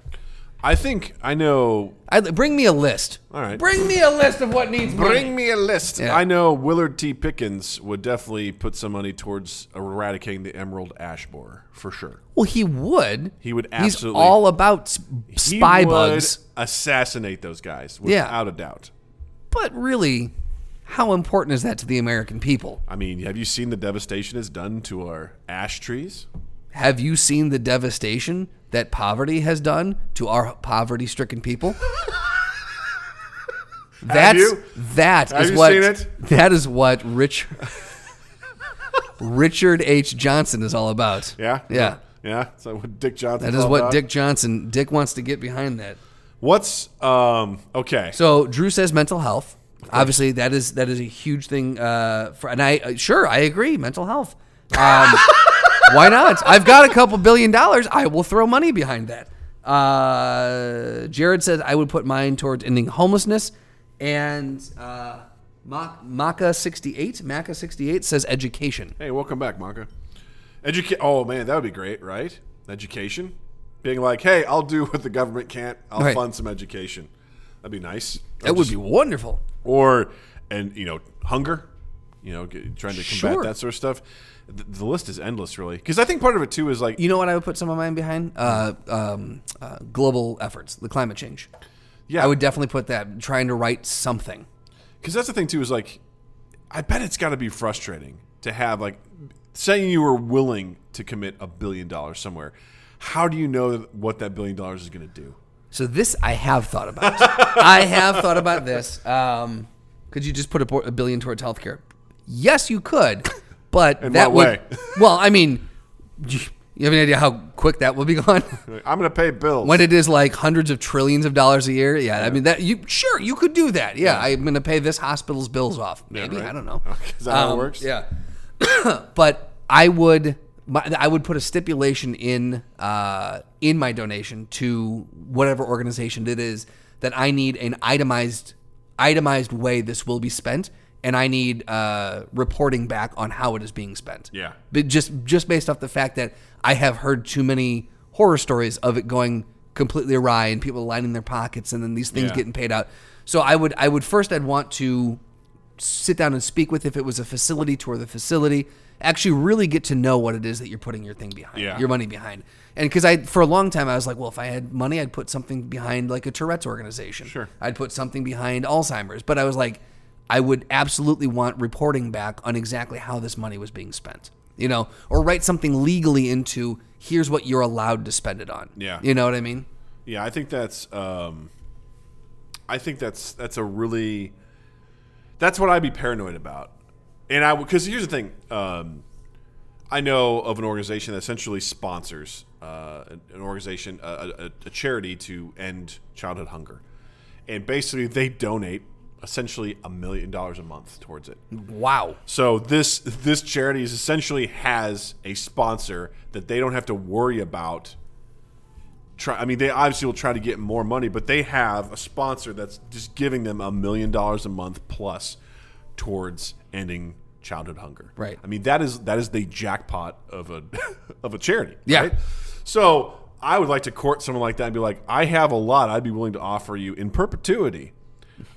Speaker 2: I think I know.
Speaker 1: I, bring me a list.
Speaker 2: All right.
Speaker 1: Bring me a list of what needs.
Speaker 2: Bring
Speaker 1: money.
Speaker 2: me a list.
Speaker 1: Yeah.
Speaker 2: I know Willard T. Pickens would definitely put some money towards eradicating the emerald ash borer for sure.
Speaker 1: Well, he would.
Speaker 2: He would
Speaker 1: He's
Speaker 2: absolutely-
Speaker 1: all about s-
Speaker 2: He
Speaker 1: spy
Speaker 2: would
Speaker 1: bugs.
Speaker 2: Assassinate those guys
Speaker 1: Yeah.
Speaker 2: without a doubt.
Speaker 1: But really, how important is that to the American people?
Speaker 2: I mean, have you seen the devastation it's done to our ash trees?
Speaker 1: Have you seen the devastation that poverty has done to our poverty stricken people? That's
Speaker 2: you?
Speaker 1: that
Speaker 2: Have
Speaker 1: is
Speaker 2: you
Speaker 1: what
Speaker 2: seen it?
Speaker 1: that is what Rich Richard H. Johnson is all about.
Speaker 2: Yeah.
Speaker 1: Yeah.
Speaker 2: Yeah. So what Dick Johnson.
Speaker 1: That is what Dick Johnson Dick wants to get behind that.
Speaker 2: What's um okay?
Speaker 1: So Drew says mental health. Obviously, that is that is a huge thing. Uh, for and I uh, sure I agree. Mental health. Um, why not? I've got a couple billion dollars. I will throw money behind that. Uh, Jared says I would put mine towards ending homelessness, and uh, Ma- Maka sixty eight Maka sixty eight says education.
Speaker 2: Hey, welcome back, Maka. Educate. Oh man, that would be great, right? Education, being like, hey, I'll do what the government can't. I'll
Speaker 1: Right.
Speaker 2: fund some education. That'd be nice.
Speaker 1: That would be wonderful.
Speaker 2: or and you know hunger you know get, trying to combat
Speaker 1: Sure.
Speaker 2: that sort of stuff the, the list is endless really because i think part of it too is like
Speaker 1: You know what I would put some of mine behind? Uh, um, uh, global efforts, the climate change.
Speaker 2: yeah
Speaker 1: I would definitely put that. Trying to write something.
Speaker 2: because that's the thing too is like i bet it's got to be frustrating to have like saying you were willing to commit a billion dollars somewhere how do you know what that billion dollars is going to do
Speaker 1: So this I have thought about. I have thought about this. Um, could you just put a, bo- a billion towards healthcare? Yes, you could, but
Speaker 2: In
Speaker 1: that
Speaker 2: what
Speaker 1: would.
Speaker 2: way?
Speaker 1: Well, I mean, you you have any idea how quick that will be gone?
Speaker 2: Like, i'm going to pay bills
Speaker 1: when it is like hundreds of trillions of dollars a year. Yeah, I mean that. You sure you could do that? Yeah, I'm going to pay this hospital's bills off. Maybe I
Speaker 2: right.
Speaker 1: don't know.
Speaker 2: is that how it
Speaker 1: Um,
Speaker 2: works
Speaker 1: Yeah, but I would my, I would put a stipulation in uh, in my donation to whatever organization it is that I need an itemized itemized way this will be spent, and I need uh, reporting back on how it is being spent.
Speaker 2: Yeah.
Speaker 1: but just just based off the fact that I have heard too many horror stories of it going completely awry and people lining their pockets and then these things
Speaker 2: Yeah.
Speaker 1: getting paid out. So I would I would first I'd want to sit down and speak with if it was a facility tour the facility actually really get to know what it is that you're putting your thing behind
Speaker 2: Yeah.
Speaker 1: your money behind and because i for a long time i was like well if i had money i'd put something behind like a tourette's organization
Speaker 2: Sure.
Speaker 1: i'd put something behind alzheimer's but i was like i would absolutely want reporting back on exactly how this money was being spent you know or write something legally into here's what you're allowed to spend it on
Speaker 2: Yeah.
Speaker 1: you know what i mean
Speaker 2: Yeah, I think that's um, I think that's that's a really that's what I'd be paranoid about. And I because here's the thing, um, I know of an organization that essentially sponsors uh, an, an organization, a, a, a charity to end childhood hunger, and basically they donate essentially a million dollars a month towards it.
Speaker 1: wow
Speaker 2: So this this charity is essentially has a sponsor that they don't have to worry about. Try, I mean, they obviously will try to get more money, but they have a sponsor that's just giving them a million dollars a month plus towards ending childhood hunger.
Speaker 1: Right.
Speaker 2: I mean, that is that is the jackpot of a of a charity.
Speaker 1: Yeah.
Speaker 2: Right? So I would like to court someone like that and be like, I have a lot. I'd be willing to offer you in perpetuity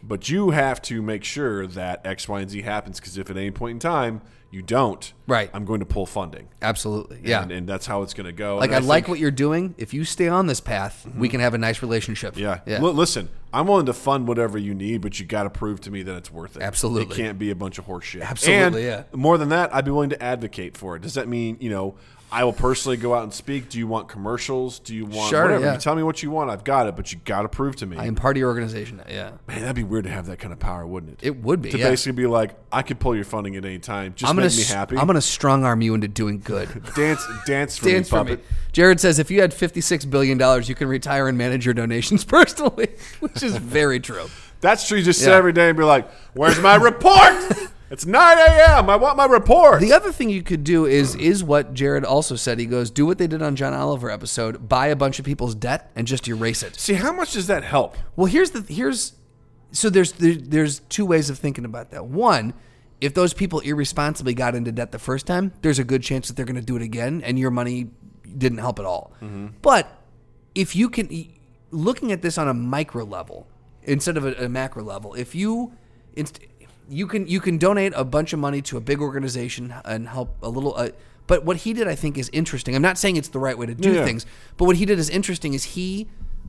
Speaker 2: but you have to make sure that X, Y, and Z happens because if at any point in time you don't,
Speaker 1: Right.
Speaker 2: I'm going to pull funding.
Speaker 1: absolutely yeah
Speaker 2: and, and that's how it's going to go.
Speaker 1: like
Speaker 2: And
Speaker 1: i, like
Speaker 2: think- Mm-hmm.
Speaker 1: what you're doing if you stay on this path we can have a nice relationship
Speaker 2: Yeah,
Speaker 1: yeah
Speaker 2: L- listen, I'm willing to fund whatever you need, but you got to prove to me that it's worth it.
Speaker 1: Absolutely.
Speaker 2: it can't be a bunch of horseshit.
Speaker 1: Absolutely,
Speaker 2: And
Speaker 1: yeah.
Speaker 2: More than that, I'd be willing to advocate for it. Does that mean you know? I will personally go out and speak. Do you want commercials? Do you want
Speaker 1: Sure,
Speaker 2: whatever?
Speaker 1: yeah.
Speaker 2: You tell me what you want. I've got it, but you got to prove to me.
Speaker 1: I am part of your organization. Yeah,
Speaker 2: Man, that'd be weird to have that kind of power, wouldn't it?
Speaker 1: it would be.
Speaker 2: to
Speaker 1: yeah.
Speaker 2: basically be like, I could pull your funding at any time. Just
Speaker 1: I'm gonna
Speaker 2: make me
Speaker 1: s-
Speaker 2: happy.
Speaker 1: I'm gonna strong arm you into doing good.
Speaker 2: dance, dance for
Speaker 1: Dance
Speaker 2: me,
Speaker 1: for me.
Speaker 2: puppet.
Speaker 1: Jared says if you had 56 billion dollars, you can retire and manage your donations personally, which is very true.
Speaker 2: That's true. You just sit
Speaker 1: Yeah.
Speaker 2: every day and be like, "Where's my report? it's 9 a.m. I want my report."
Speaker 1: The other thing you could do is is what Jared also said. He goes, do what they did on John Oliver episode, buy a bunch of people's debt and just erase it.
Speaker 2: See, how much does that help?
Speaker 1: Well, here's the here's so there's there, there's two ways of thinking about that. One, if those people irresponsibly got into debt the first time, there's a good chance that they're going to do it again, and your money didn't help at all.
Speaker 2: Mm-hmm.
Speaker 1: But if you can, looking at this on a micro level instead of a, a macro level, if you inst- you can you can donate a bunch of money to a big organization and help a little. Uh, but what he did, I think, is interesting. I'm not saying it's the right way to do
Speaker 2: Yeah.
Speaker 1: things, but what he did is interesting is he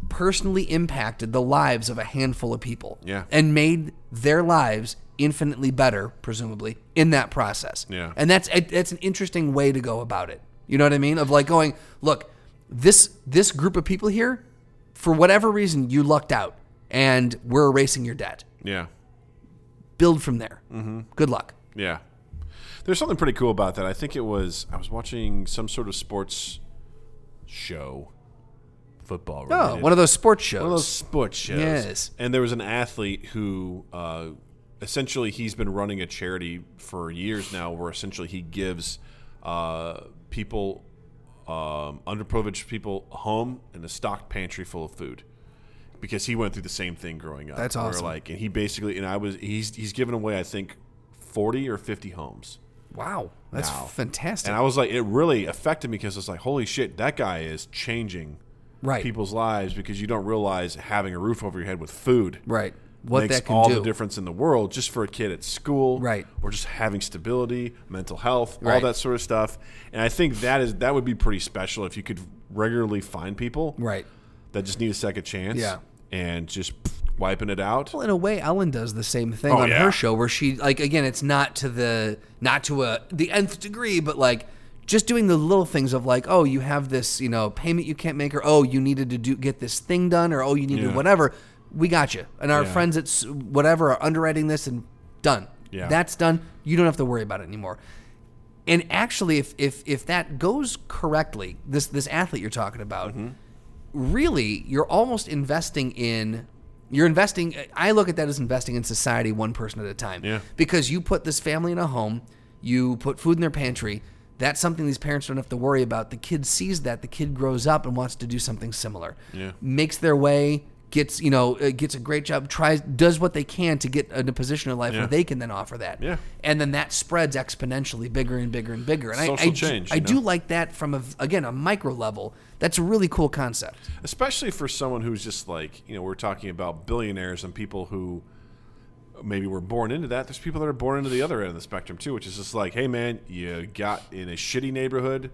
Speaker 1: personally impacted the lives of a handful of people.
Speaker 2: Yeah.
Speaker 1: And made their lives infinitely better, presumably, in that process.
Speaker 2: Yeah.
Speaker 1: And that's it- that's an interesting way to go about it. You know what I mean? Of like going, look, this this group of people here, for whatever reason, you lucked out, and we're erasing your debt.
Speaker 2: Yeah.
Speaker 1: Build from there. Mm-hmm. Good luck.
Speaker 2: Yeah. There's something pretty cool about that. I think it was I was watching some sort of sports show. Football.
Speaker 1: Oh, one of those sports shows.
Speaker 2: One of those sports shows.
Speaker 1: Yes.
Speaker 2: And there was an athlete who uh, essentially he's been running a charity for years now where essentially he gives uh, people, um, underprivileged people, a home and a stocked pantry full of food. Because he went through the same thing growing up.
Speaker 1: That's
Speaker 2: where,
Speaker 1: awesome.
Speaker 2: Like, and he basically, and I was, he's he's given away, I think, forty or fifty homes.
Speaker 1: Wow, that's
Speaker 2: Wow.
Speaker 1: fantastic.
Speaker 2: And I was like, it really affected me because it's like, holy shit, that guy is changing
Speaker 1: right,
Speaker 2: people's lives because you don't realize having a roof over your head with food
Speaker 1: right. What
Speaker 2: makes
Speaker 1: that can
Speaker 2: all
Speaker 1: do.
Speaker 2: the difference in the world just for a kid at school,
Speaker 1: Right.
Speaker 2: Or just having stability, mental health, all
Speaker 1: Right.
Speaker 2: that sort of stuff. And I think that is that would be pretty special if you could regularly find people
Speaker 1: Right.
Speaker 2: that just need a second chance,
Speaker 1: Yeah.
Speaker 2: and just pff, wiping it out.
Speaker 1: Well, in a way, Ellen does the same thing
Speaker 2: Oh,
Speaker 1: on
Speaker 2: yeah.
Speaker 1: her show, where she like again, it's not to the not to a the nth degree, but like just doing the little things of like, oh, you have this, you know, payment you can't make, or oh, you needed to do get this thing done, or oh, you needed
Speaker 2: Yeah.
Speaker 1: whatever. We got you, and our
Speaker 2: Yeah.
Speaker 1: friends at s- whatever are underwriting this and done.
Speaker 2: Yeah.
Speaker 1: that's done. You don't have to worry about it anymore. And actually, if if if that goes correctly, this this athlete you're talking about
Speaker 2: Mm-hmm.
Speaker 1: really you're almost investing in you're investing i look at that as investing in society one person at a time
Speaker 2: Yeah.
Speaker 1: because you put this family in a home you put food in their pantry that's something these parents don't have to worry about the kid sees that the kid grows up and wants to do something similar
Speaker 2: Yeah.
Speaker 1: makes their way gets you know uh, gets a great job tries does what they can to get in a position in life
Speaker 2: Yeah.
Speaker 1: where they can then offer that
Speaker 2: Yeah.
Speaker 1: and then that spreads exponentially bigger and bigger and bigger and I-
Speaker 2: Social
Speaker 1: I,
Speaker 2: change,
Speaker 1: I
Speaker 2: you
Speaker 1: do
Speaker 2: know?
Speaker 1: like that from a again a micro level that's a really cool concept
Speaker 2: especially for someone who's just like you know we're talking about billionaires and people who maybe were born into that there's people that are born into the other end of the spectrum too which is just like hey man you got in a shitty neighborhood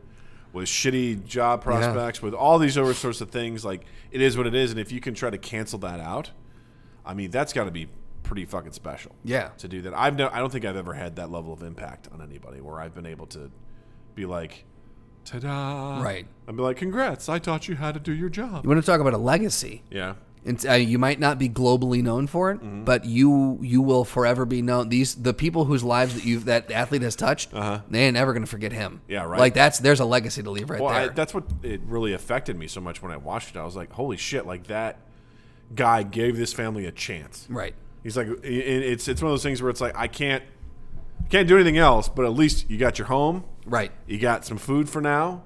Speaker 2: with shitty job prospects with all these other sorts of things like it is what it is and if you can try to cancel that out i mean that's got to be pretty fucking special
Speaker 1: Yeah.
Speaker 2: to do that i've no, i don't think i've ever had that level of impact on anybody where i've been able to be like ta-da
Speaker 1: Right.
Speaker 2: i'd be like congrats i taught you how to do your job
Speaker 1: You want to talk about a legacy?
Speaker 2: yeah.
Speaker 1: It's, uh, you might not be globally known for it,
Speaker 2: Mm-hmm.
Speaker 1: but you you will forever be known. These the people whose lives that you have that athlete has touched, they ain't ever gonna forget him.
Speaker 2: Uh-huh. Yeah, right.
Speaker 1: Like that's there's a legacy to leave right
Speaker 2: Well, I,
Speaker 1: there.
Speaker 2: that's what it really affected me so much when I watched it. I was like, holy shit, like that guy gave this family a chance.
Speaker 1: right.
Speaker 2: He's like, i- i- it's it's one of those things where it's like, I can't can't do anything else, but at least you got your home,
Speaker 1: Right.
Speaker 2: you got some food for now,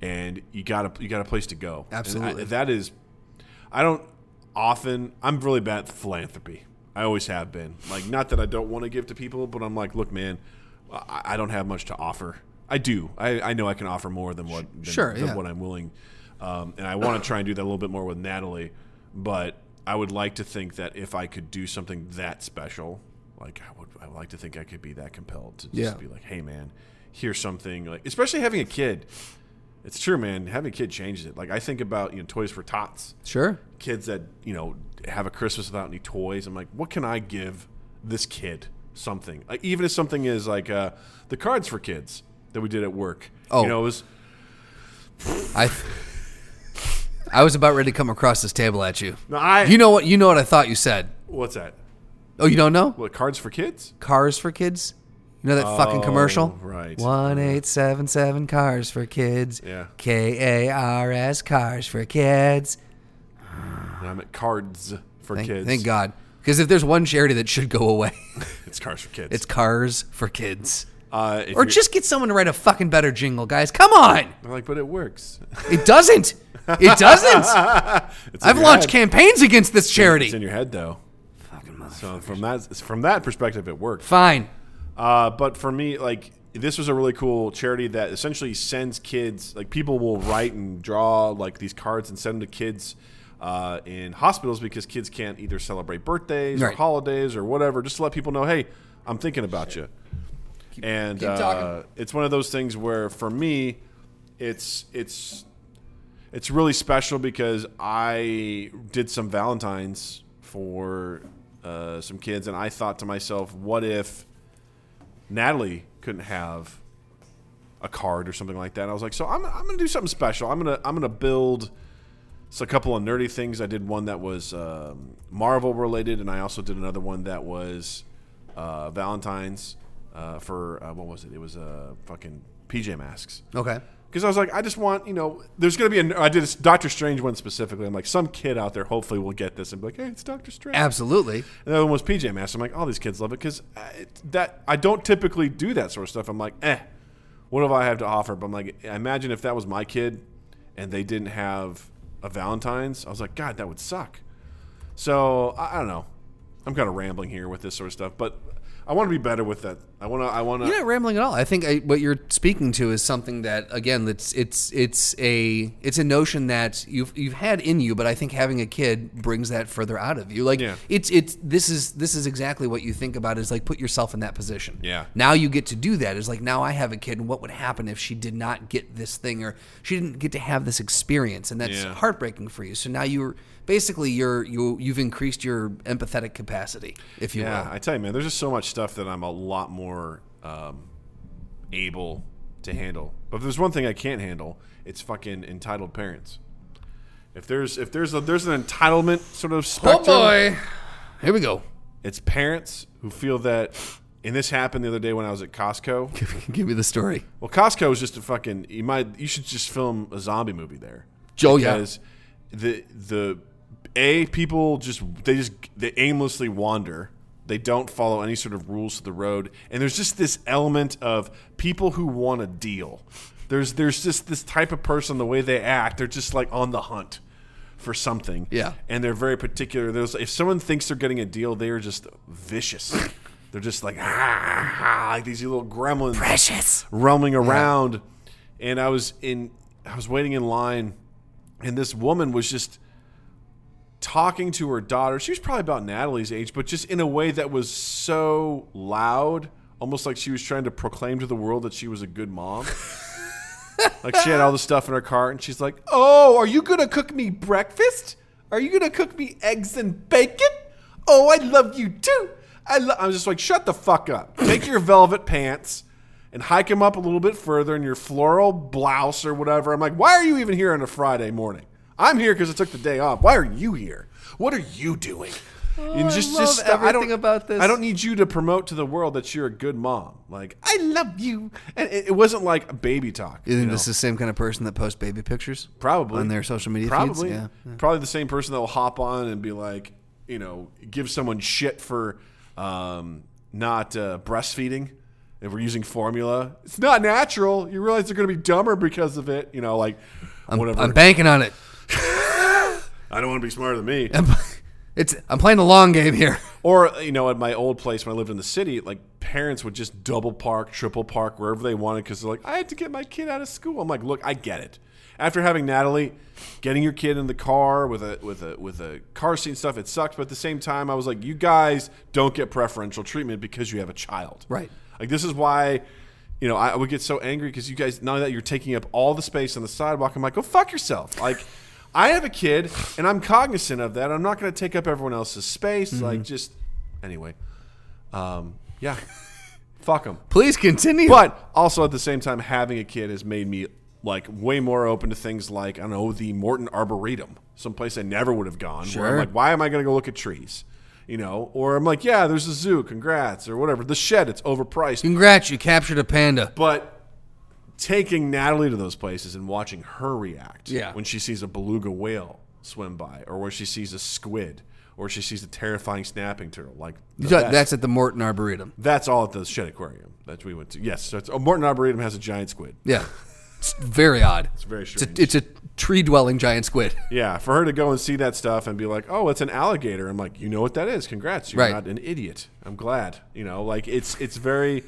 Speaker 2: and you got a you got a place to go. And I-
Speaker 1: Absolutely.
Speaker 2: that is, I don't often. I'm really bad at philanthropy. I always have been. Like, not that I don't want to give to people, but I'm like, look, man, I, I don't have much to offer. I do. I, I know I can offer more than what than,
Speaker 1: Sure,
Speaker 2: than
Speaker 1: yeah.
Speaker 2: what I'm willing, um, and I want to try and do that a little bit more with Natalie. But I would like to think that if I could do something that special, like I would, I would like to think I could be that compelled to just
Speaker 1: Yeah.
Speaker 2: be like, hey, man, here's something. Like, especially having a kid. It's true, man. Having a kid changes it. Like I think about you know Toys for Tots,
Speaker 1: Sure.
Speaker 2: kids that you know have a Christmas without any toys. I'm like, what can I give this kid something? Like even if something is like uh, the cards for kids that we did at work.
Speaker 1: Oh.
Speaker 2: you know, it was
Speaker 1: I I was about ready to come across this table at you.
Speaker 2: No, I-
Speaker 1: you know what you know what I thought you said.
Speaker 2: what's that?
Speaker 1: Oh, you don't know?
Speaker 2: What cards for kids? Oh,
Speaker 1: Cars for kids. You know that fucking commercial?
Speaker 2: right.
Speaker 1: One eight seven seven cars for kids.
Speaker 2: Yeah.
Speaker 1: K A R S cars for kids.
Speaker 2: And I'm at cards for
Speaker 1: Thank,
Speaker 2: kids.
Speaker 1: thank God. Because if there's one charity that should go away,
Speaker 2: it's cards for kids.
Speaker 1: it's cars for kids.
Speaker 2: uh, if
Speaker 1: Or
Speaker 2: you're-
Speaker 1: just get someone to write a fucking better jingle, guys. Come on.
Speaker 2: I'm like, but it works.
Speaker 1: It doesn't. It doesn't.
Speaker 2: It's in
Speaker 1: I've
Speaker 2: your
Speaker 1: launched
Speaker 2: head.
Speaker 1: campaigns against this
Speaker 2: It's in
Speaker 1: charity.
Speaker 2: your head though.
Speaker 1: Fucking mother-
Speaker 2: So from that from that perspective, it works.
Speaker 1: Fine.
Speaker 2: Uh, but for me, like this was a really cool charity that essentially sends kids like people will write and draw like these cards and send them to kids uh, in hospitals because kids can't either celebrate birthdays or
Speaker 1: Right.
Speaker 2: holidays or whatever. Just to let people know, hey, I'm thinking about you. and
Speaker 1: keep
Speaker 2: uh,
Speaker 1: talking.
Speaker 2: it's one of those things where for me, it's it's it's really special because I did some Valentines for uh, some kids, and I thought to myself, what if Natalie couldn't have a card or something like that. And I was like, so I'm, I'm gonna do something special. I'm gonna I'm gonna build so a couple of nerdy things. I did one that was um, Marvel related, and I also did another one that was uh, Valentine's uh, for uh, what was it? It was uh, fucking PJ Masks.
Speaker 1: Okay.
Speaker 2: Because I was like, I just want, you know, there's going to be a. I did a Doctor Strange one specifically. I'm like, some kid out there hopefully will get this and be like, hey, it's Doctor Strange.
Speaker 1: Absolutely.
Speaker 2: And the other one was PJ Masks. I'm like, all these kids love it because that I don't typically do that sort of stuff. I'm like, eh, what do I have to offer? But I'm like, I imagine if that was my kid and they didn't have a Valentine's, I was like, God, that would suck. So I, I don't know. I'm kind of rambling here with this sort of stuff, but I want to be better with that. I want to. I want
Speaker 1: You're not
Speaker 2: to.
Speaker 1: rambling at all. I think I, what you're speaking to is something that, again, that's it's it's a it's a notion that you've you've had in you, but I think having a kid brings that further out of you. Like
Speaker 2: Yeah.
Speaker 1: it's it's this is this is exactly what you think about is like put yourself in that position.
Speaker 2: Yeah.
Speaker 1: Now you get to do that. Is like now I have a kid, and what would happen if she did not get this thing or she didn't get to have this experience, and that's
Speaker 2: Yeah.
Speaker 1: heartbreaking for you. So now you're basically you're you you've increased your empathetic capacity, if you
Speaker 2: Yeah,
Speaker 1: will.
Speaker 2: I tell you, man, there's just so much stuff that I'm a lot more um, able to handle. But if there's one thing I can't handle, it's fucking entitled parents. If there's if there's a, there's an entitlement sort of spectrum,
Speaker 1: um, here we go.
Speaker 2: it's parents who feel that. And this happened the other day when I was at Costco.
Speaker 1: Give me the story.
Speaker 2: Well, Costco is just a fucking. You might you should just film a zombie movie there.
Speaker 1: Oh, yeah.
Speaker 2: because the the a people just they just they aimlessly wander. They don't follow any sort of rules to the road, and there's just this element of people who want a deal. There's there's just this type of person the way they act. They're just like on the hunt for something.
Speaker 1: Yeah.
Speaker 2: and they're very particular. There's if someone thinks they're getting a deal, they are just vicious. they're just like ah, ah, like these little gremlins
Speaker 1: Precious.
Speaker 2: roaming around and I was in I was waiting in line and this woman was just talking to her daughter. She was probably about Natalie's age, but just in a way that was so loud, almost like she was trying to proclaim to the world that she was a good mom. like she had all the stuff in her cart and she's like, "Oh, are you going to cook me breakfast? Are you going to cook me eggs and bacon? Oh, I love you too." I, lo-. I was just like, "Shut the fuck up. Take your velvet pants." And hike them up a little bit further in your floral blouse or whatever. I'm like, why are you even here on a Friday morning? I'm here because I took the day off. Why are you here? What are you doing? and
Speaker 1: Oh, I love
Speaker 2: stop-
Speaker 1: everything about this.
Speaker 2: I don't need you to promote to the world that you're a good mom. Like I love you, and it, it wasn't like baby talk.
Speaker 1: You
Speaker 2: you
Speaker 1: think
Speaker 2: know?
Speaker 1: this is the same kind of person that posts baby pictures?
Speaker 2: probably
Speaker 1: on their social media
Speaker 2: Probably,
Speaker 1: feeds? Yeah.
Speaker 2: probably the same person that will hop on and be like, you know, give someone shit for um, not uh, breastfeeding. If we're using formula, it's not natural. You realize they're going to be dumber because of it. You know, like whatever.
Speaker 1: I'm banking on it.
Speaker 2: I don't want to be smarter than me.
Speaker 1: I'm, it's I'm playing the long game here.
Speaker 2: Or you know, at my old place when I lived in the city, like parents would just double park, triple park wherever they wanted because they're like, I had to get my kid out of school. I'm like, look, I get it. After having Natalie, getting your kid in the car with a with a with a car seat and stuff, it sucked. But at the same time, I was like, you guys don't get preferential treatment because you have a child,
Speaker 1: Right.
Speaker 2: Like this is why. You know, I would get so angry because you guys, now that you're taking up all the space on the sidewalk, I'm like, go fuck yourself. Like, I have a kid and I'm cognizant of that. I'm not going to take up everyone else's space. Like, just anyway. Um, yeah, fuck them.
Speaker 1: Please continue.
Speaker 2: But also at the same time, having a kid has made me like way more open to things like I don't know the Morton Arboretum, someplace I never would have gone. Where I'm
Speaker 1: Sure.
Speaker 2: like, why am I going to go look at trees? You know, or I'm like, yeah, there's a zoo, congrats, or whatever. The shed, it's overpriced.
Speaker 1: Congrats, you captured a panda.
Speaker 2: But taking Natalie to those places and watching her react
Speaker 1: Yeah.
Speaker 2: when she sees a beluga whale swim by, or where she sees a squid, or she sees a terrifying snapping turtle, like the
Speaker 1: That-
Speaker 2: best.
Speaker 1: That's at the Morton Arboretum.
Speaker 2: That's all at the Shed Aquarium that we went to. Yes, that's, oh, Morton Arboretum has a giant squid.
Speaker 1: Yeah. It's very odd. It's
Speaker 2: very strange.
Speaker 1: It's a, tree dwelling giant squid.
Speaker 2: Yeah, for her to go and see that stuff and be like, "Oh, it's an alligator," I'm like, "You know what that is? Congrats, you're
Speaker 1: Right.
Speaker 2: not an idiot. I'm glad." You know, like it's it's very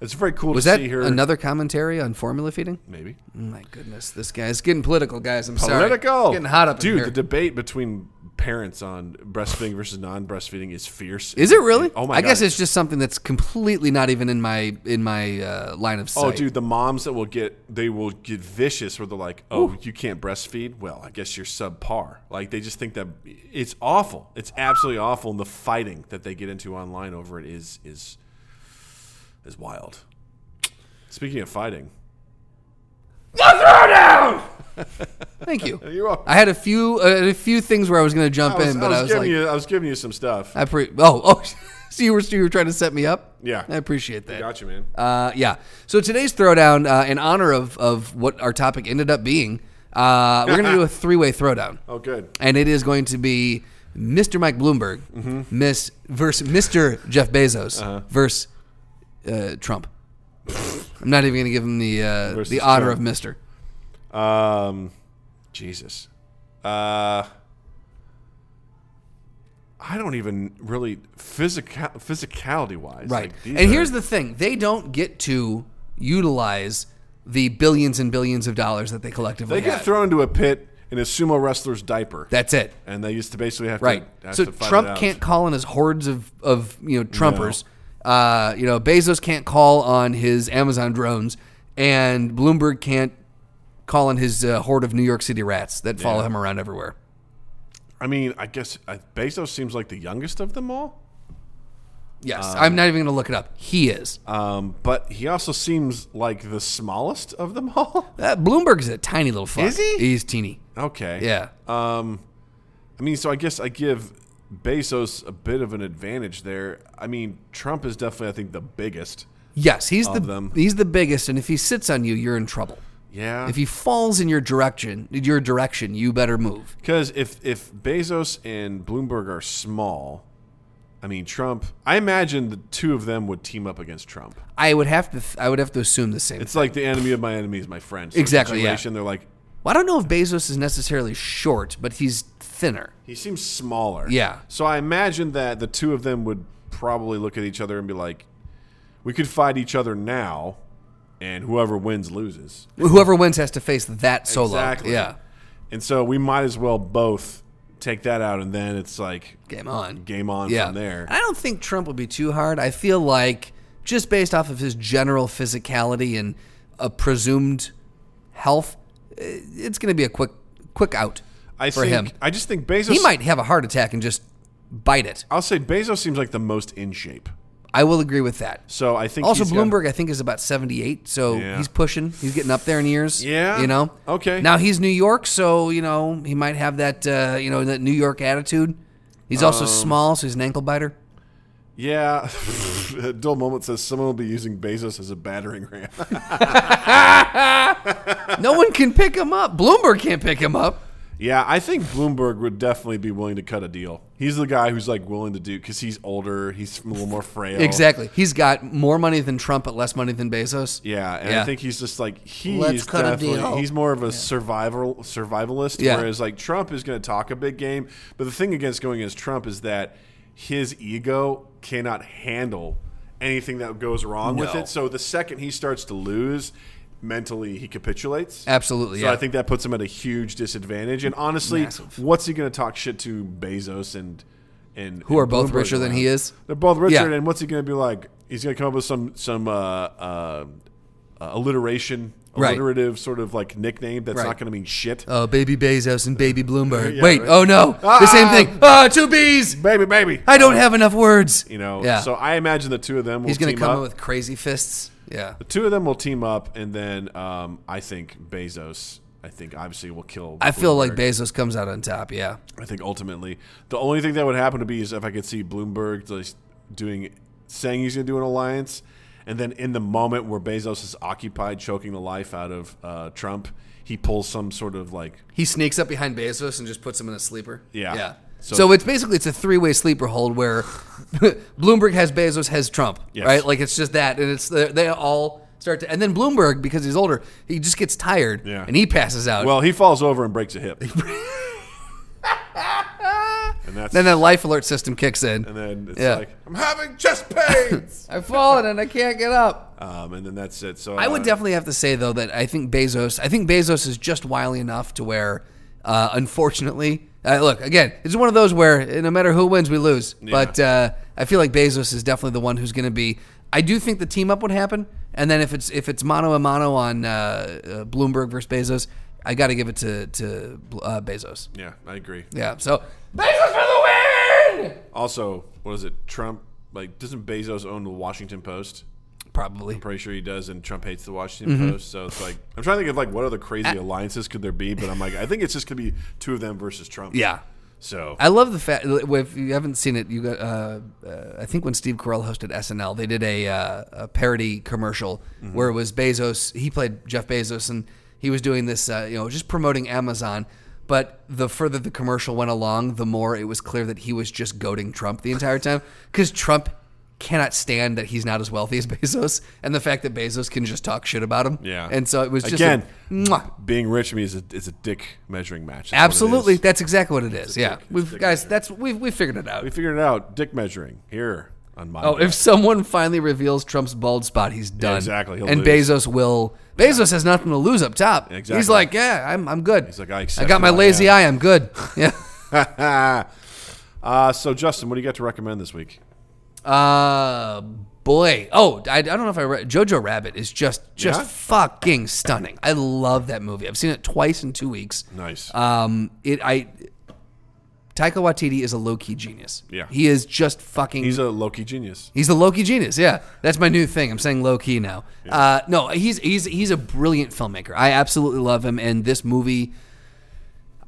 Speaker 2: it's very cool
Speaker 1: Was
Speaker 2: to
Speaker 1: that
Speaker 2: see her.
Speaker 1: another commentary on formula feeding?
Speaker 2: maybe
Speaker 1: Oh My goodness, this guy is getting political, guys. I'm sorry.
Speaker 2: political
Speaker 1: It's getting hot up in
Speaker 2: dude.
Speaker 1: here.
Speaker 2: The debate between parents on breastfeeding versus non-breastfeeding is fierce.
Speaker 1: Is it really?
Speaker 2: Oh my!
Speaker 1: I
Speaker 2: God.
Speaker 1: guess it's just something that's completely not even in my in my uh, line of sight.
Speaker 2: Oh, dude, the moms that will get they will get vicious where they're like, "Oh, you can't breastfeed? Well, I guess you're subpar." Like they just think that it's awful. It's absolutely awful, and the fighting that they get into online over it is is is wild. Speaking of fighting,
Speaker 1: Thank you.
Speaker 2: You're welcome.
Speaker 1: I had a few uh, a few things where I was going to jump
Speaker 2: I was,
Speaker 1: in, but
Speaker 2: I was
Speaker 1: I was
Speaker 2: giving
Speaker 1: like,
Speaker 2: you, I was giving you some stuff.
Speaker 1: I pre- oh oh, so you were you were trying to set me up.
Speaker 2: Yeah.
Speaker 1: I appreciate that.
Speaker 2: Got you, man.
Speaker 1: Uh, yeah. So today's throwdown, uh, in honor of of what our topic ended up being, uh, we're going to do a three way throwdown,
Speaker 2: Oh, good.
Speaker 1: and it is going to be Mr. Mike Bloomberg,
Speaker 2: Mm-hmm.
Speaker 1: Miss versus Mr. Jeff Bezos
Speaker 2: Uh-huh.
Speaker 1: versus uh, Trump. I'm not even going to give him the uh,
Speaker 2: Versus
Speaker 1: the honor
Speaker 2: Trump.
Speaker 1: of Mister.
Speaker 2: Um, Jesus. Uh, I don't even really physical physicality wise.
Speaker 1: Right.
Speaker 2: like, these
Speaker 1: And
Speaker 2: are-
Speaker 1: here's the thing they don't get to utilize the billions and billions of dollars that they collectively
Speaker 2: they get
Speaker 1: have.
Speaker 2: thrown into a pit in a sumo wrestler's diaper,
Speaker 1: That's it.
Speaker 2: and they used to basically have
Speaker 1: Right.
Speaker 2: to. Have
Speaker 1: So
Speaker 2: to fight it
Speaker 1: Trump
Speaker 2: out.
Speaker 1: can't call on his hordes of, of you know, Trumpers. Uh, you know, Bezos can't call on his Amazon drones, and Bloomberg can't call on his uh, horde of New York City rats that follow him around everywhere.
Speaker 2: I mean, I guess I, Bezos seems like the youngest of them all,
Speaker 1: Yes,
Speaker 2: Uh,
Speaker 1: I'm not even going to look it up. He is.
Speaker 2: um, but he also seems like the smallest of them all.
Speaker 1: Uh, Bloomberg's a tiny little fuck.
Speaker 2: Is he?
Speaker 1: He's teeny.
Speaker 2: okay. Uh,
Speaker 1: Yeah.
Speaker 2: I mean, so I guess I give Bezos a bit of an advantage there. I mean, Trump is definitely, I think, the biggest.
Speaker 1: yes, he's the
Speaker 2: them.
Speaker 1: he's the biggest, and if he sits on you, you're in trouble.
Speaker 2: Yeah.
Speaker 1: If he falls in your direction, your direction, you better move.
Speaker 2: Because if if Bezos and Bloomberg are small, I mean Trump. I imagine the two of them would team up against Trump.
Speaker 1: I would have to. Th- I would have to assume the same.
Speaker 2: It's like the enemy of my enemy is my friend. sort of
Speaker 1: Exactly, yeah.
Speaker 2: Situation. They're like
Speaker 1: well, I don't know if Bezos is necessarily short, but he's thinner.
Speaker 2: he seems smaller.
Speaker 1: Yeah.
Speaker 2: So I imagine that the two of them would probably look at each other and be like, "We could fight each other now, and whoever wins loses."
Speaker 1: Whoever wins has to face that solo. Yeah.
Speaker 2: And so we might as well both take that out, and then it's like
Speaker 1: Game on.
Speaker 2: game on
Speaker 1: yeah.
Speaker 2: from there.
Speaker 1: I don't think Trump will be too hard. I feel like just based off of his general physicality and a presumed health, eh, it's going to be a quick quick out
Speaker 2: I
Speaker 1: for
Speaker 2: think,
Speaker 1: him.
Speaker 2: I just think Bezos.
Speaker 1: He might have a heart attack and just bite it.
Speaker 2: I'll say Bezos seems like the most in shape.
Speaker 1: I will agree with that.
Speaker 2: So I think
Speaker 1: Also,
Speaker 2: he's got-
Speaker 1: Bloomberg, I think, is about 78, so
Speaker 2: Yeah.
Speaker 1: he's pushing. He's getting up there in years.
Speaker 2: Yeah.
Speaker 1: You know?
Speaker 2: Okay.
Speaker 1: Now, he's New York, so, you know, he might have that, uh, you know, that New York attitude. He's also
Speaker 2: Um.
Speaker 1: small, so he's an ankle biter.
Speaker 2: yeah, dull moment says someone will be using Bezos as a battering ram.
Speaker 1: No one can pick him up. Bloomberg can't pick him up.
Speaker 2: yeah, I think Bloomberg would definitely be willing to cut a deal. He's the guy who's like willing to do because he's older, he's a little more frail.
Speaker 1: Exactly. He's got more money than Trump, but less money than Bezos.
Speaker 2: Yeah, and
Speaker 1: Yeah.
Speaker 2: I think he's just like he's
Speaker 1: Let's cut a
Speaker 2: definitely
Speaker 1: deal.
Speaker 2: he's more of a survival survivalist.
Speaker 1: Yeah.
Speaker 2: Whereas like Trump is going to talk a big game, but the thing against going against Trump is that his ego cannot handle anything that goes wrong with
Speaker 1: No.
Speaker 2: it. So the second he starts to lose, mentally he capitulates.
Speaker 1: Absolutely.
Speaker 2: So
Speaker 1: yeah.
Speaker 2: I think that puts him at a huge disadvantage. And honestly,
Speaker 1: Massive.
Speaker 2: what's he going to talk shit to Bezos and and
Speaker 1: Who
Speaker 2: and
Speaker 1: are both
Speaker 2: Bloomberg
Speaker 1: richer than
Speaker 2: around?
Speaker 1: he is?
Speaker 2: They're both richer,
Speaker 1: Yeah.
Speaker 2: and what's he going to be like? He's going to come up with some some uh, uh, uh, alliteration,
Speaker 1: Right.
Speaker 2: alliterative sort of like nickname that's
Speaker 1: Right.
Speaker 2: not going to mean shit.
Speaker 1: Oh, baby Bezos and baby Bloomberg.
Speaker 2: Yeah,
Speaker 1: Wait,
Speaker 2: right.
Speaker 1: oh no. the same thing. Ah, two B's.
Speaker 2: baby, baby.
Speaker 1: I don't have enough words.
Speaker 2: you know.
Speaker 1: Yeah.
Speaker 2: So I imagine the two of them. Will
Speaker 1: He's going
Speaker 2: team
Speaker 1: to come
Speaker 2: up.
Speaker 1: up with crazy fists. Yeah.
Speaker 2: the two of them will team up, and then um, I think Bezos. I think obviously will kill.
Speaker 1: I feel like
Speaker 2: Bloomberg.
Speaker 1: Bezos comes out on top. Yeah.
Speaker 2: I think ultimately the only thing that would happen to be is if I could see Bloomberg like, doing saying he's going to do an alliance, and then in the moment where Bezos is occupied choking the life out of uh, Trump, he pulls some sort of like
Speaker 1: He sneaks up behind Bezos and just puts him in a sleeper.
Speaker 2: Yeah.
Speaker 1: Yeah. So,
Speaker 2: So-
Speaker 1: it's basically it's a three way sleeper hold where Bloomberg has Bezos has Trump.
Speaker 2: Yes.
Speaker 1: Right. Like it's just that, and it's they they all start to, and then Bloomberg because he's older, he just gets tired.
Speaker 2: Yeah.
Speaker 1: And he passes out.
Speaker 2: well he falls over and breaks a hip, and that's
Speaker 1: Ah. then that life alert system kicks in.
Speaker 2: and then it's
Speaker 1: yeah.
Speaker 2: like I'm having chest pains,
Speaker 1: I've fallen and I can't get up.
Speaker 2: um, and then that's it. So uh,
Speaker 1: I would definitely have to say though that I think Bezos. I think Bezos is just wily enough to where, uh, unfortunately, uh, look again. It's one of those where eh, no matter who wins, we lose. But uh, I feel like Bezos is definitely the one who's going to be. I do think the team up would happen, and then if it's if it's mano a mano on uh, uh, Bloomberg versus Bezos, I got to give it to to uh, Bezos.
Speaker 2: yeah I agree.
Speaker 1: Yeah. So Bezos for the win.
Speaker 2: Also, what is it? Trump like doesn't Bezos own the Washington Post?
Speaker 1: probably.
Speaker 2: Pretty sure he does, and Trump hates the Washington
Speaker 1: Mm-hmm.
Speaker 2: Post. So it's like I'm trying to think of like what other crazy alliances could there be, but I'm like I think it's just gonna be two of them versus Trump.
Speaker 1: Yeah.
Speaker 2: So
Speaker 1: I love the fact if you haven't seen it, you got. Uh, uh, I think when Steve Carell hosted SNL, they did a, uh, a parody commercial
Speaker 2: Mm-hmm.
Speaker 1: where it was Bezos. He played Jeff Bezos, and he was doing this, uh, you know, just promoting Amazon. But the further the commercial went along, the more it was clear that he was just goading Trump the entire time because Trump cannot stand that he's not as wealthy as Bezos, and the fact that Bezos can just talk shit about him.
Speaker 2: Yeah.
Speaker 1: and so it was just
Speaker 2: Again,
Speaker 1: a, mwah.
Speaker 2: being rich to me is a is a dick measuring match. That's what it
Speaker 1: absolutely.
Speaker 2: is.
Speaker 1: That's exactly what it is. Yeah,
Speaker 2: dick- it's a
Speaker 1: we've
Speaker 2: dick
Speaker 1: guys.
Speaker 2: measure.
Speaker 1: That's we've we figured it out.
Speaker 2: we figured it out. Dick measuring here on my.
Speaker 1: Oh, if someone finally reveals Trump's bald spot, he's done.
Speaker 2: exactly. He'll
Speaker 1: And
Speaker 2: lose.
Speaker 1: Bezos will. Bezos has nothing to lose up top.
Speaker 2: Exactly.
Speaker 1: He's like, yeah, I'm, I'm good. He's
Speaker 2: like, I accept
Speaker 1: got my
Speaker 2: who I
Speaker 1: lazy
Speaker 2: am."
Speaker 1: eye. I'm good. Yeah.
Speaker 2: uh, so Justin, what do you got to recommend this week?
Speaker 1: uh, boy. Oh, I, I don't know if I read. Jojo Rabbit is just just
Speaker 2: Yeah?
Speaker 1: fucking stunning. I love that movie. I've seen it twice in two weeks.
Speaker 2: Nice.
Speaker 1: Um, it I. Taika Waititi is a low key genius.
Speaker 2: Yeah.
Speaker 1: He is just fucking.
Speaker 2: He's a Loki genius.
Speaker 1: He's the Loki genius. Yeah, that's my new thing. I'm saying low key now. Uh, no, he's he's he's a brilliant filmmaker. I absolutely love him, and this movie.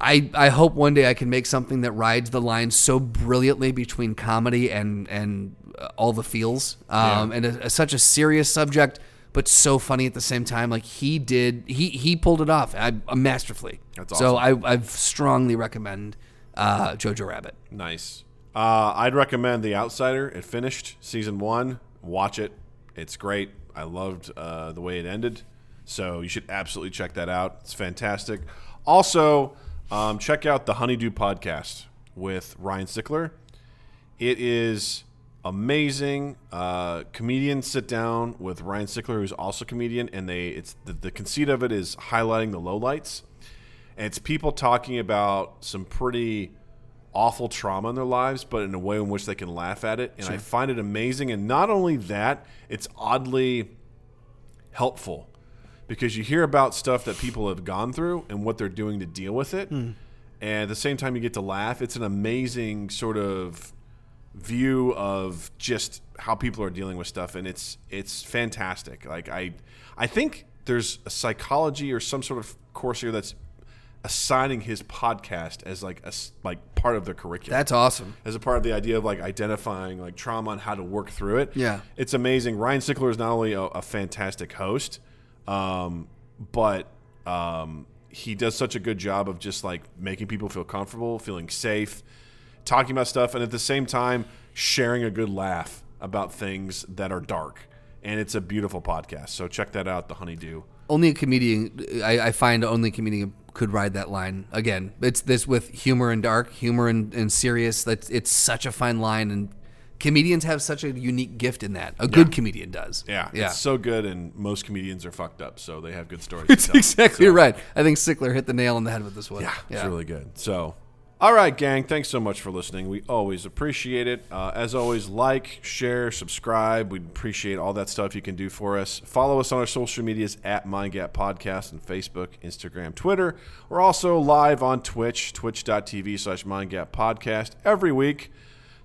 Speaker 1: I, I hope one day I can make something that rides the line so brilliantly between comedy and and uh, all the feels, um, and a, a- such a serious subject, but so funny at the same time. Like he did, he he pulled it off I, masterfully.
Speaker 2: That's
Speaker 1: So I I strongly recommend uh, Jojo Rabbit.
Speaker 2: Nice. Uh, I'd recommend The Outsider. It finished season one. Watch it. It's great. I loved uh, the way it ended. So you should absolutely check that out. It's fantastic. Also, um, check out the Honeydew podcast with Ryan Sickler. It is amazing. Uh, comedians sit down with Ryan Sickler, who's also a comedian, and they it's the, the conceit of it is highlighting the lowlights. And it's people talking about some pretty awful trauma in their lives, but in a way in which they can laugh at it. And I find it amazing. And not only that, it's oddly helpful because you hear about stuff that people have gone through and what they're doing to deal with it. And at the same time, you get to laugh. It's an amazing sort of view of just how people are dealing with stuff and it's it's fantastic like i i think there's a psychology or some sort of course here that's assigning his podcast as like a s- like part of their curriculum
Speaker 1: That's awesome.
Speaker 2: as a part of the idea of like identifying like trauma and how to work through it.
Speaker 1: Yeah.
Speaker 2: it's amazing. Ryan Sickler is not only a, a fantastic host, um, but um, he does such a good job of just like making people feel comfortable, feeling safe, talking about stuff, and at the same time sharing a good laugh about things that are dark. And it's a beautiful podcast. So check that out, The Honeydew.
Speaker 1: only a comedian I, I find only a comedian could ride that line again it's this with humor and dark humor and, and serious that's it's such a fine line and comedians have such a unique gift in that a good comedian does
Speaker 2: Yeah,
Speaker 1: yeah
Speaker 2: it's
Speaker 1: so
Speaker 2: so good, and most comedians are fucked up, so they have good stories. to
Speaker 1: it's
Speaker 2: tell.
Speaker 1: exactly
Speaker 2: So-
Speaker 1: right i think sickler hit the nail on the head with this one yeah,
Speaker 2: It's really good. So, all right, gang, thanks so much for listening. We always appreciate it. Uh, as always, like, share, subscribe. We'd appreciate all that stuff you can do for us. Follow us on our social medias at Mind Gap Podcast on Facebook, Instagram, Twitter. We're also live on Twitch, twitch.tv slash Mind Gap Podcast every week.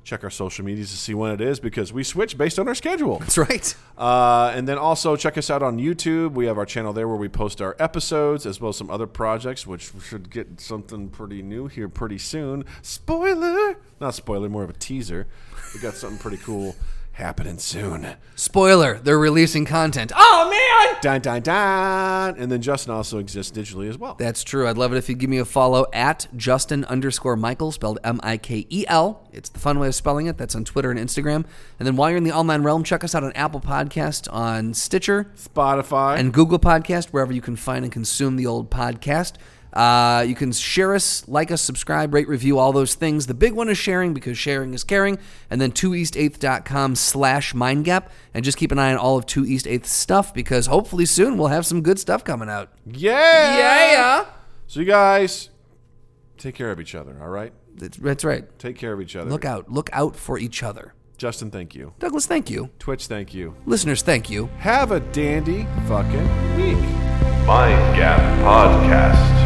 Speaker 2: Check our social medias to see when it is because we switch based on our schedule.
Speaker 1: that's right
Speaker 2: Uh, and then also check us out on YouTube. We have our channel there where we post our episodes as well as some other projects, which should get something pretty new here pretty soon. Spoiler! Not spoiler, more of a teaser. We got something pretty cool happening soon.
Speaker 1: spoiler they're releasing content oh man
Speaker 2: Dun, dun, dun! And then Justin also exists digitally as well.
Speaker 1: that's true i'd love it if you'd give me a follow at justin underscore michael spelled m-i-k-e-l E it's the fun way of spelling it that's on twitter and instagram and then while you're in the online realm check us out on apple podcast on stitcher
Speaker 2: Spotify.
Speaker 1: and Google Podcast, wherever you can find and consume the old podcast. Uh, you can share us, like us, subscribe, rate, review, all those things. The big one is sharing because sharing is caring. And then 2east8th.com slash mindgap. And just keep an eye on all of 2 East 8th stuff because hopefully soon we'll have some good stuff coming out.
Speaker 2: yeah! So, you guys, take care of each other, all right?
Speaker 1: That's, that's right.
Speaker 2: Take care of each other.
Speaker 1: Look out. Look out for each other.
Speaker 2: Justin, thank you.
Speaker 1: Douglas, thank you.
Speaker 2: Twitch, thank you.
Speaker 1: Listeners, thank you.
Speaker 2: Have a dandy fucking week.
Speaker 5: Mind Gap Podcast.